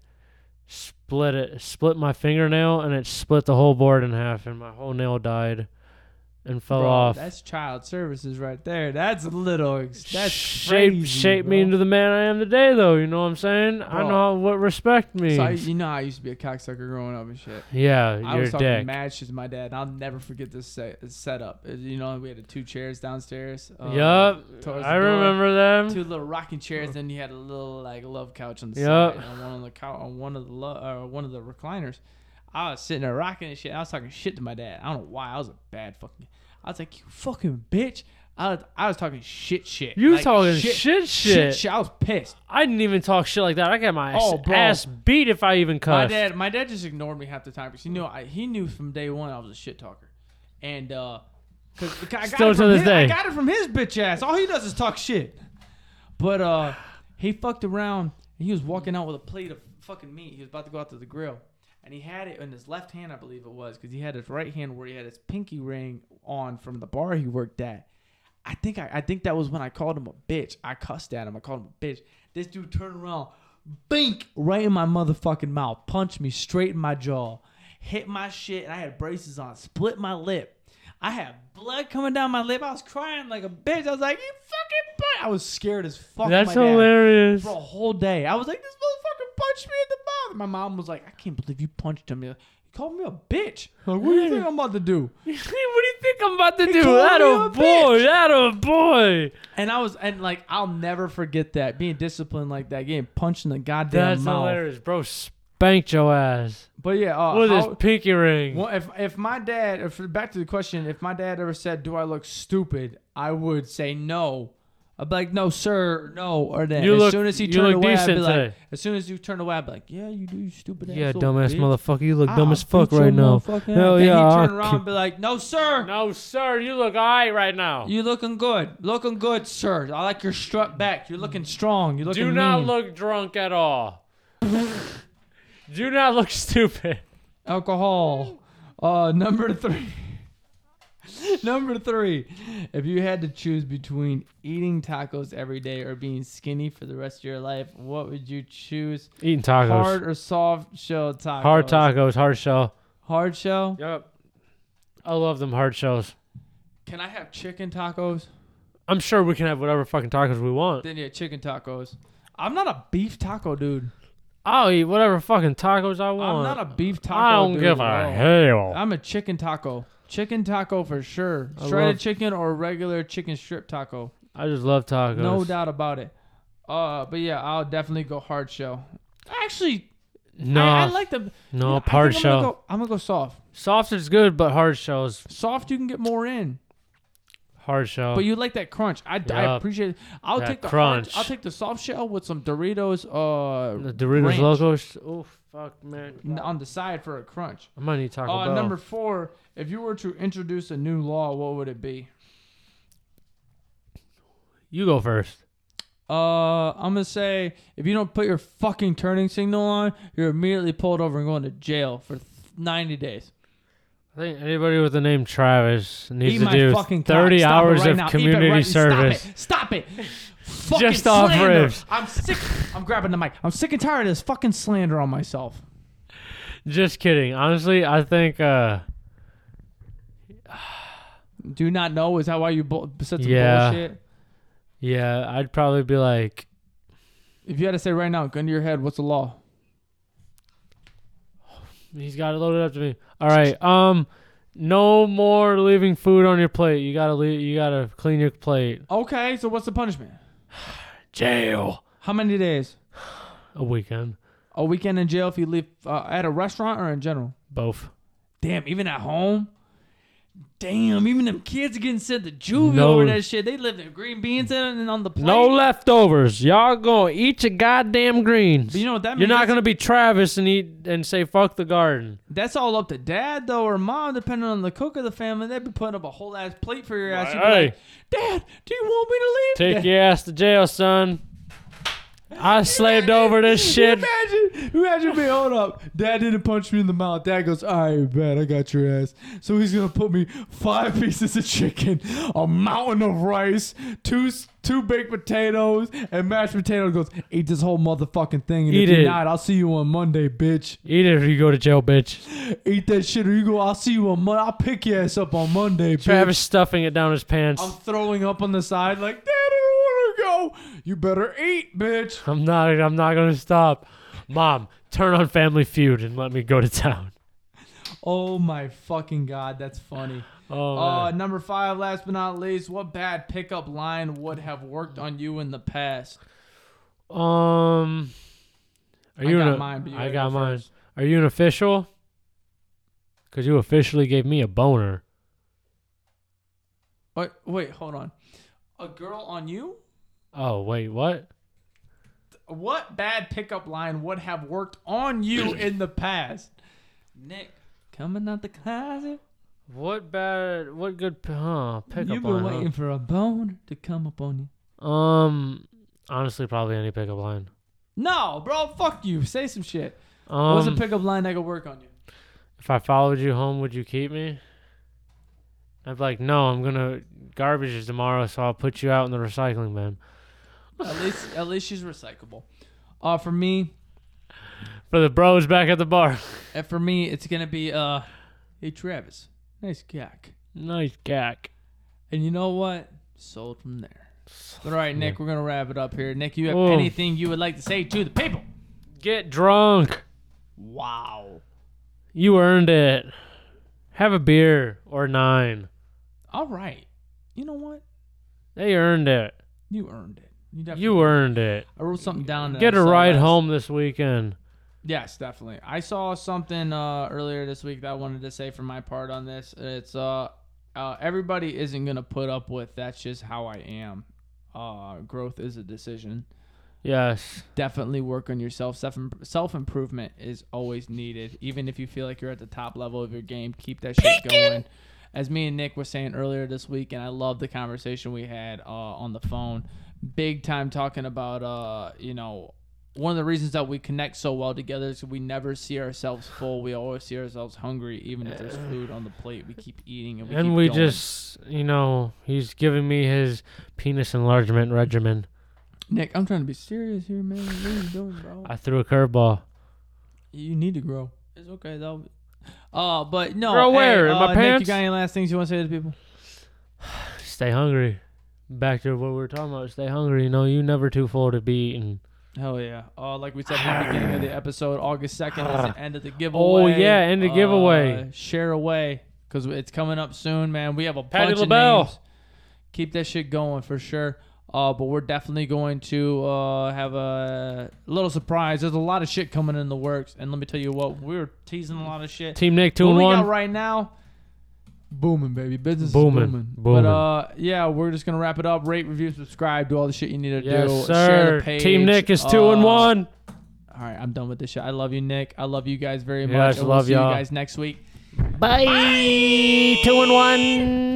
split it split my fingernail and it split the whole board in half and my whole nail died and fell Bro, off. That's child services right there. That's a little. ex- That's shape crazy, shape bro. me into the man I am today, though. You know what I'm saying? I Bro. know how- what respect means. So I, you know, I used to be a cocksucker growing up and shit. yeah, I your was talking dick. mad shit to my dad, and I'll never forget this set, setup. Uh, You know, we had the two chairs downstairs. um, Yup, towards the I door. remember them. Two little rocking chairs, then you had a little like love couch on the Mm. Yup. side, and one on the couch, on one of the lo- uh, one of the recliners. I was sitting there rocking and shit. I was talking shit to my dad. I don't know why. I was a bad fucking. I was like, you fucking bitch. I was, I was talking shit, shit. You like, talking shit, shit. shit. I was pissed. I didn't even talk shit like that. I got my ass, Oh, bro. ass beat if I even My cussed. dad, my dad just ignored me half the time because he knew I, he knew from day one I was a shit talker, and uh, cause I got Still it to from this his- I day. got it from his bitch ass. All he does is talk shit. But uh, he fucked around and he was walking out with a plate of fucking meat. He was about to go out to the grill, and he had it in his left hand, I believe it was, because he had his right hand where he had his pinky ring on from the bar he worked at. I think I, I think that was when I called him a bitch. I cussed at him. I called him a bitch. This dude turned around, bink right in my motherfucking mouth, punched me straight in my jaw, hit my shit, and I had braces on, split my lip. I had blood coming down my lip. I was crying like a bitch. I was like, "You fucking butt!" I was scared as fuck. That's my dad. hilarious. (laughs) For a whole day, I was like, "This motherfucker punched me in the mouth." My mom was like, "I can't believe you punched him. You called me a bitch. Like, what do you think I'm about to do?" what do you think I'm about to He do? called That me a a boy. bitch. That a boy. And I was and like I'll never forget that being disciplined like that, getting punched in the goddamn That's mouth. hilarious, bro. Spanked your ass But yeah, uh, with his how- pinky ring. well, if if my dad, if back to the question, if my dad ever said, "Do I look stupid?" I would say no. I'd be like, "No, sir, no." Or then You as look- soon as he you turned look away, I'd be decent like, today. "As soon as you turned away, I'd be like, yeah, you do, you stupid Yeah, ass little dumbass bitch. motherfucker. You look I'll dumb as beat fuck your right now. motherfucking ass." Hell Then yeah. He I'll turned around and be like, "No, sir." No, sir, you look alright right now. You looking good, looking good, sir. I like your strut back. You're looking strong. You're looking. Do not mean. look drunk at all. (laughs) Do not look stupid. alcohol. Uh, number three. (laughs) number three. If you had to choose between eating tacos every day or being skinny for the rest of your life, what would you choose? Eating tacos. Hard Hard, or soft shell tacos? tacos, hard shell. Hard shell. Yep. I love them hard shells. Can I have chicken tacos? I'm sure we can have whatever fucking tacos we want. Then yeah, chicken tacos. I'm not a beef taco dude. I'll eat whatever fucking tacos I I'm want. not a beef taco. I don't dude give at a all. hell. I'm a chicken taco. Chicken taco for sure. I Shredded love- chicken or regular chicken strip taco. I just love tacos. No doubt about it. Uh, but yeah, I'll definitely go hard shell. Actually, No, I, I like the no I think hard I'm shell. Gonna go, I'm gonna go soft. Soft is good, but hard shell is Soft, you can get more in, hard shell. but you like that crunch. I, I Oh. Yup. appreciate. it. I'll That take the hard- crunch. I'll take the soft shell with some Doritos. Uh, the Doritos ranch. logos. Oh fuck, man. n- on the side for a crunch. I might need Taco Uh, Bell. number four. If you were to introduce a new law, what would it be? you go first. Uh, I'm gonna say if you don't put your fucking turning signal on, you're immediately pulled over and going to jail for th- 90 days. I think anybody with the name Travis needs Eat to my do fucking cock. 30 Stop it hours right of now. Eat it community right- service. Stop it! Stop it! fucking Just off slander. ribs. I'm sick. I'm grabbing the mic. I'm sick and tired of this fucking slander on myself. Just kidding. Honestly, I think uh Do not know is that why you bu- said some Yeah. bullshit? yeah, I'd probably be like If you had to say right now, gun to your head, what's the law? he's got it loaded up to me. All right. Um no more leaving food on your plate. You got to leave, you got to clean your plate. Okay, so what's the punishment? Jail. How many days? A weekend. A weekend in jail if you leave uh, at a restaurant or in general? Both. Damn, even at home. Damn, even them kids getting sent to juvie No. over that shit. They lived in green beans and and on the plate. No leftovers. Y'all going to eat your goddamn greens. But you know what that You're means? not going to be Travis and eat and say fuck the garden. That's all up to dad though, or mom, depending on the cook of the family. They'd be putting up a whole ass plate for your ass. You'd be Hey. like, Dad, do you want me to leave? Take your ass to jail, son. I slaved over this (laughs) shit. Imagine, imagine me. Hold up, Dad didn't punch me in the mouth. Dad goes, "All right, bet I got your ass." So he's gonna put me five (laughs) pieces of chicken, a mountain of rice, two s- two baked potatoes, and mashed potato. He Goes, eat this whole motherfucking thing, and if Eat it. you're not, I'll see you on Monday, bitch. Eat it or you go to jail, bitch. Eat that shit, or you go. I'll see you on Monday. I'll pick your ass up on Monday, bitch. Travis stuffing it down his pants. I'm throwing up on the side, like, Dad, I don't want to go. You better eat, bitch. I'm not. I'm not gonna stop. Mom, turn on Family Feud and let me go to town. Oh my fucking god, that's funny. Oh, Uh, man. number five, last but not least, what bad pickup line would have worked on you in the past? um, I are you? got an, mine, but you I gotta got go mine. first. Are you an official? Cause you officially gave me a boner. Wait, wait, hold on. A girl on you? Oh wait, what? What bad pickup line would have worked on (coughs) you in the past? Nick, coming out the closet. What bad? What good? Huh? Pickup You've line. been huh? waiting for a bone to come up on you. Um, honestly, probably any pickup line. No, bro, fuck you. Say some shit. Um, What's a pickup line that could work on you? if I followed you home, would you keep me? I'd be like, no, I'm gonna garbage is tomorrow, so I'll put you out in the recycling bin At least, at least she's recyclable. Uh, for me, for the bros back at the bar. (laughs) and for me, it's gonna be uh, hey Travis, nice cock. nice cack. And you know what? Sold from there. All right, Nick, we're gonna wrap it up here. Nick, you have Oh. anything you would like to say to the people? Get drunk. Wow. You earned it. Have a beer or nine. All right. You know what? They earned it. You earned it. You definitely. You earned it. I wrote something down. that Get I a saw ride last- home this weekend. Yes, definitely. I saw something uh, earlier this week that I wanted to say for my part on this. It's uh, uh, everybody isn't gonna put up with. That's just how I am. Uh, growth is a decision. Yes. Definitely work on yourself. Self self improvement is always needed. Even if you feel like you're at the top level of your game, keep that shit going. As me and Nick were saying earlier this week, and I love the conversation we had uh, on the phone. Big time talking about uh, you know one of the reasons that we connect so well together is we never see ourselves full. We always see ourselves hungry, even if there's food on the plate. We keep eating and we and keep we going. just, you know, he's giving me his penis enlargement regimen. Nick, I'm trying to be serious here, man. What are you doing, bro? I threw a curveball. You need to grow. It's okay though. Uh, but no. Grow hey, where? In uh, my Nick, pants? you got any last things you want to say to the people? stay hungry. Back to what we were talking about. Stay hungry. You know, you never too full to be eaten. Hell yeah! Uh, like we said at the beginning of the episode, August second is (sighs) the end of the giveaway. Oh, yeah, end of Uh, giveaway. Share away because it's coming up soon, man. We have a Patty bunch LaBelle. of names. Keep that shit going for sure. Uh, but we're definitely going to uh, have a little surprise. There's a lot of shit coming in the works, and let me tell you what, we're teasing a lot of shit. Team Nick two what and we one. got right now, booming, baby. Business Booming, is booming. booming. But uh, yeah, we're just gonna wrap it up. Rate, review, subscribe, do all the shit you need to yes, do. Share sir. the page. Team Nick is two and Uh, one. All right, I'm done with this shit. I love you, Nick. I love you guys very Yes, much. and we'll love see y'all. you guys next week. Bye. Two and one.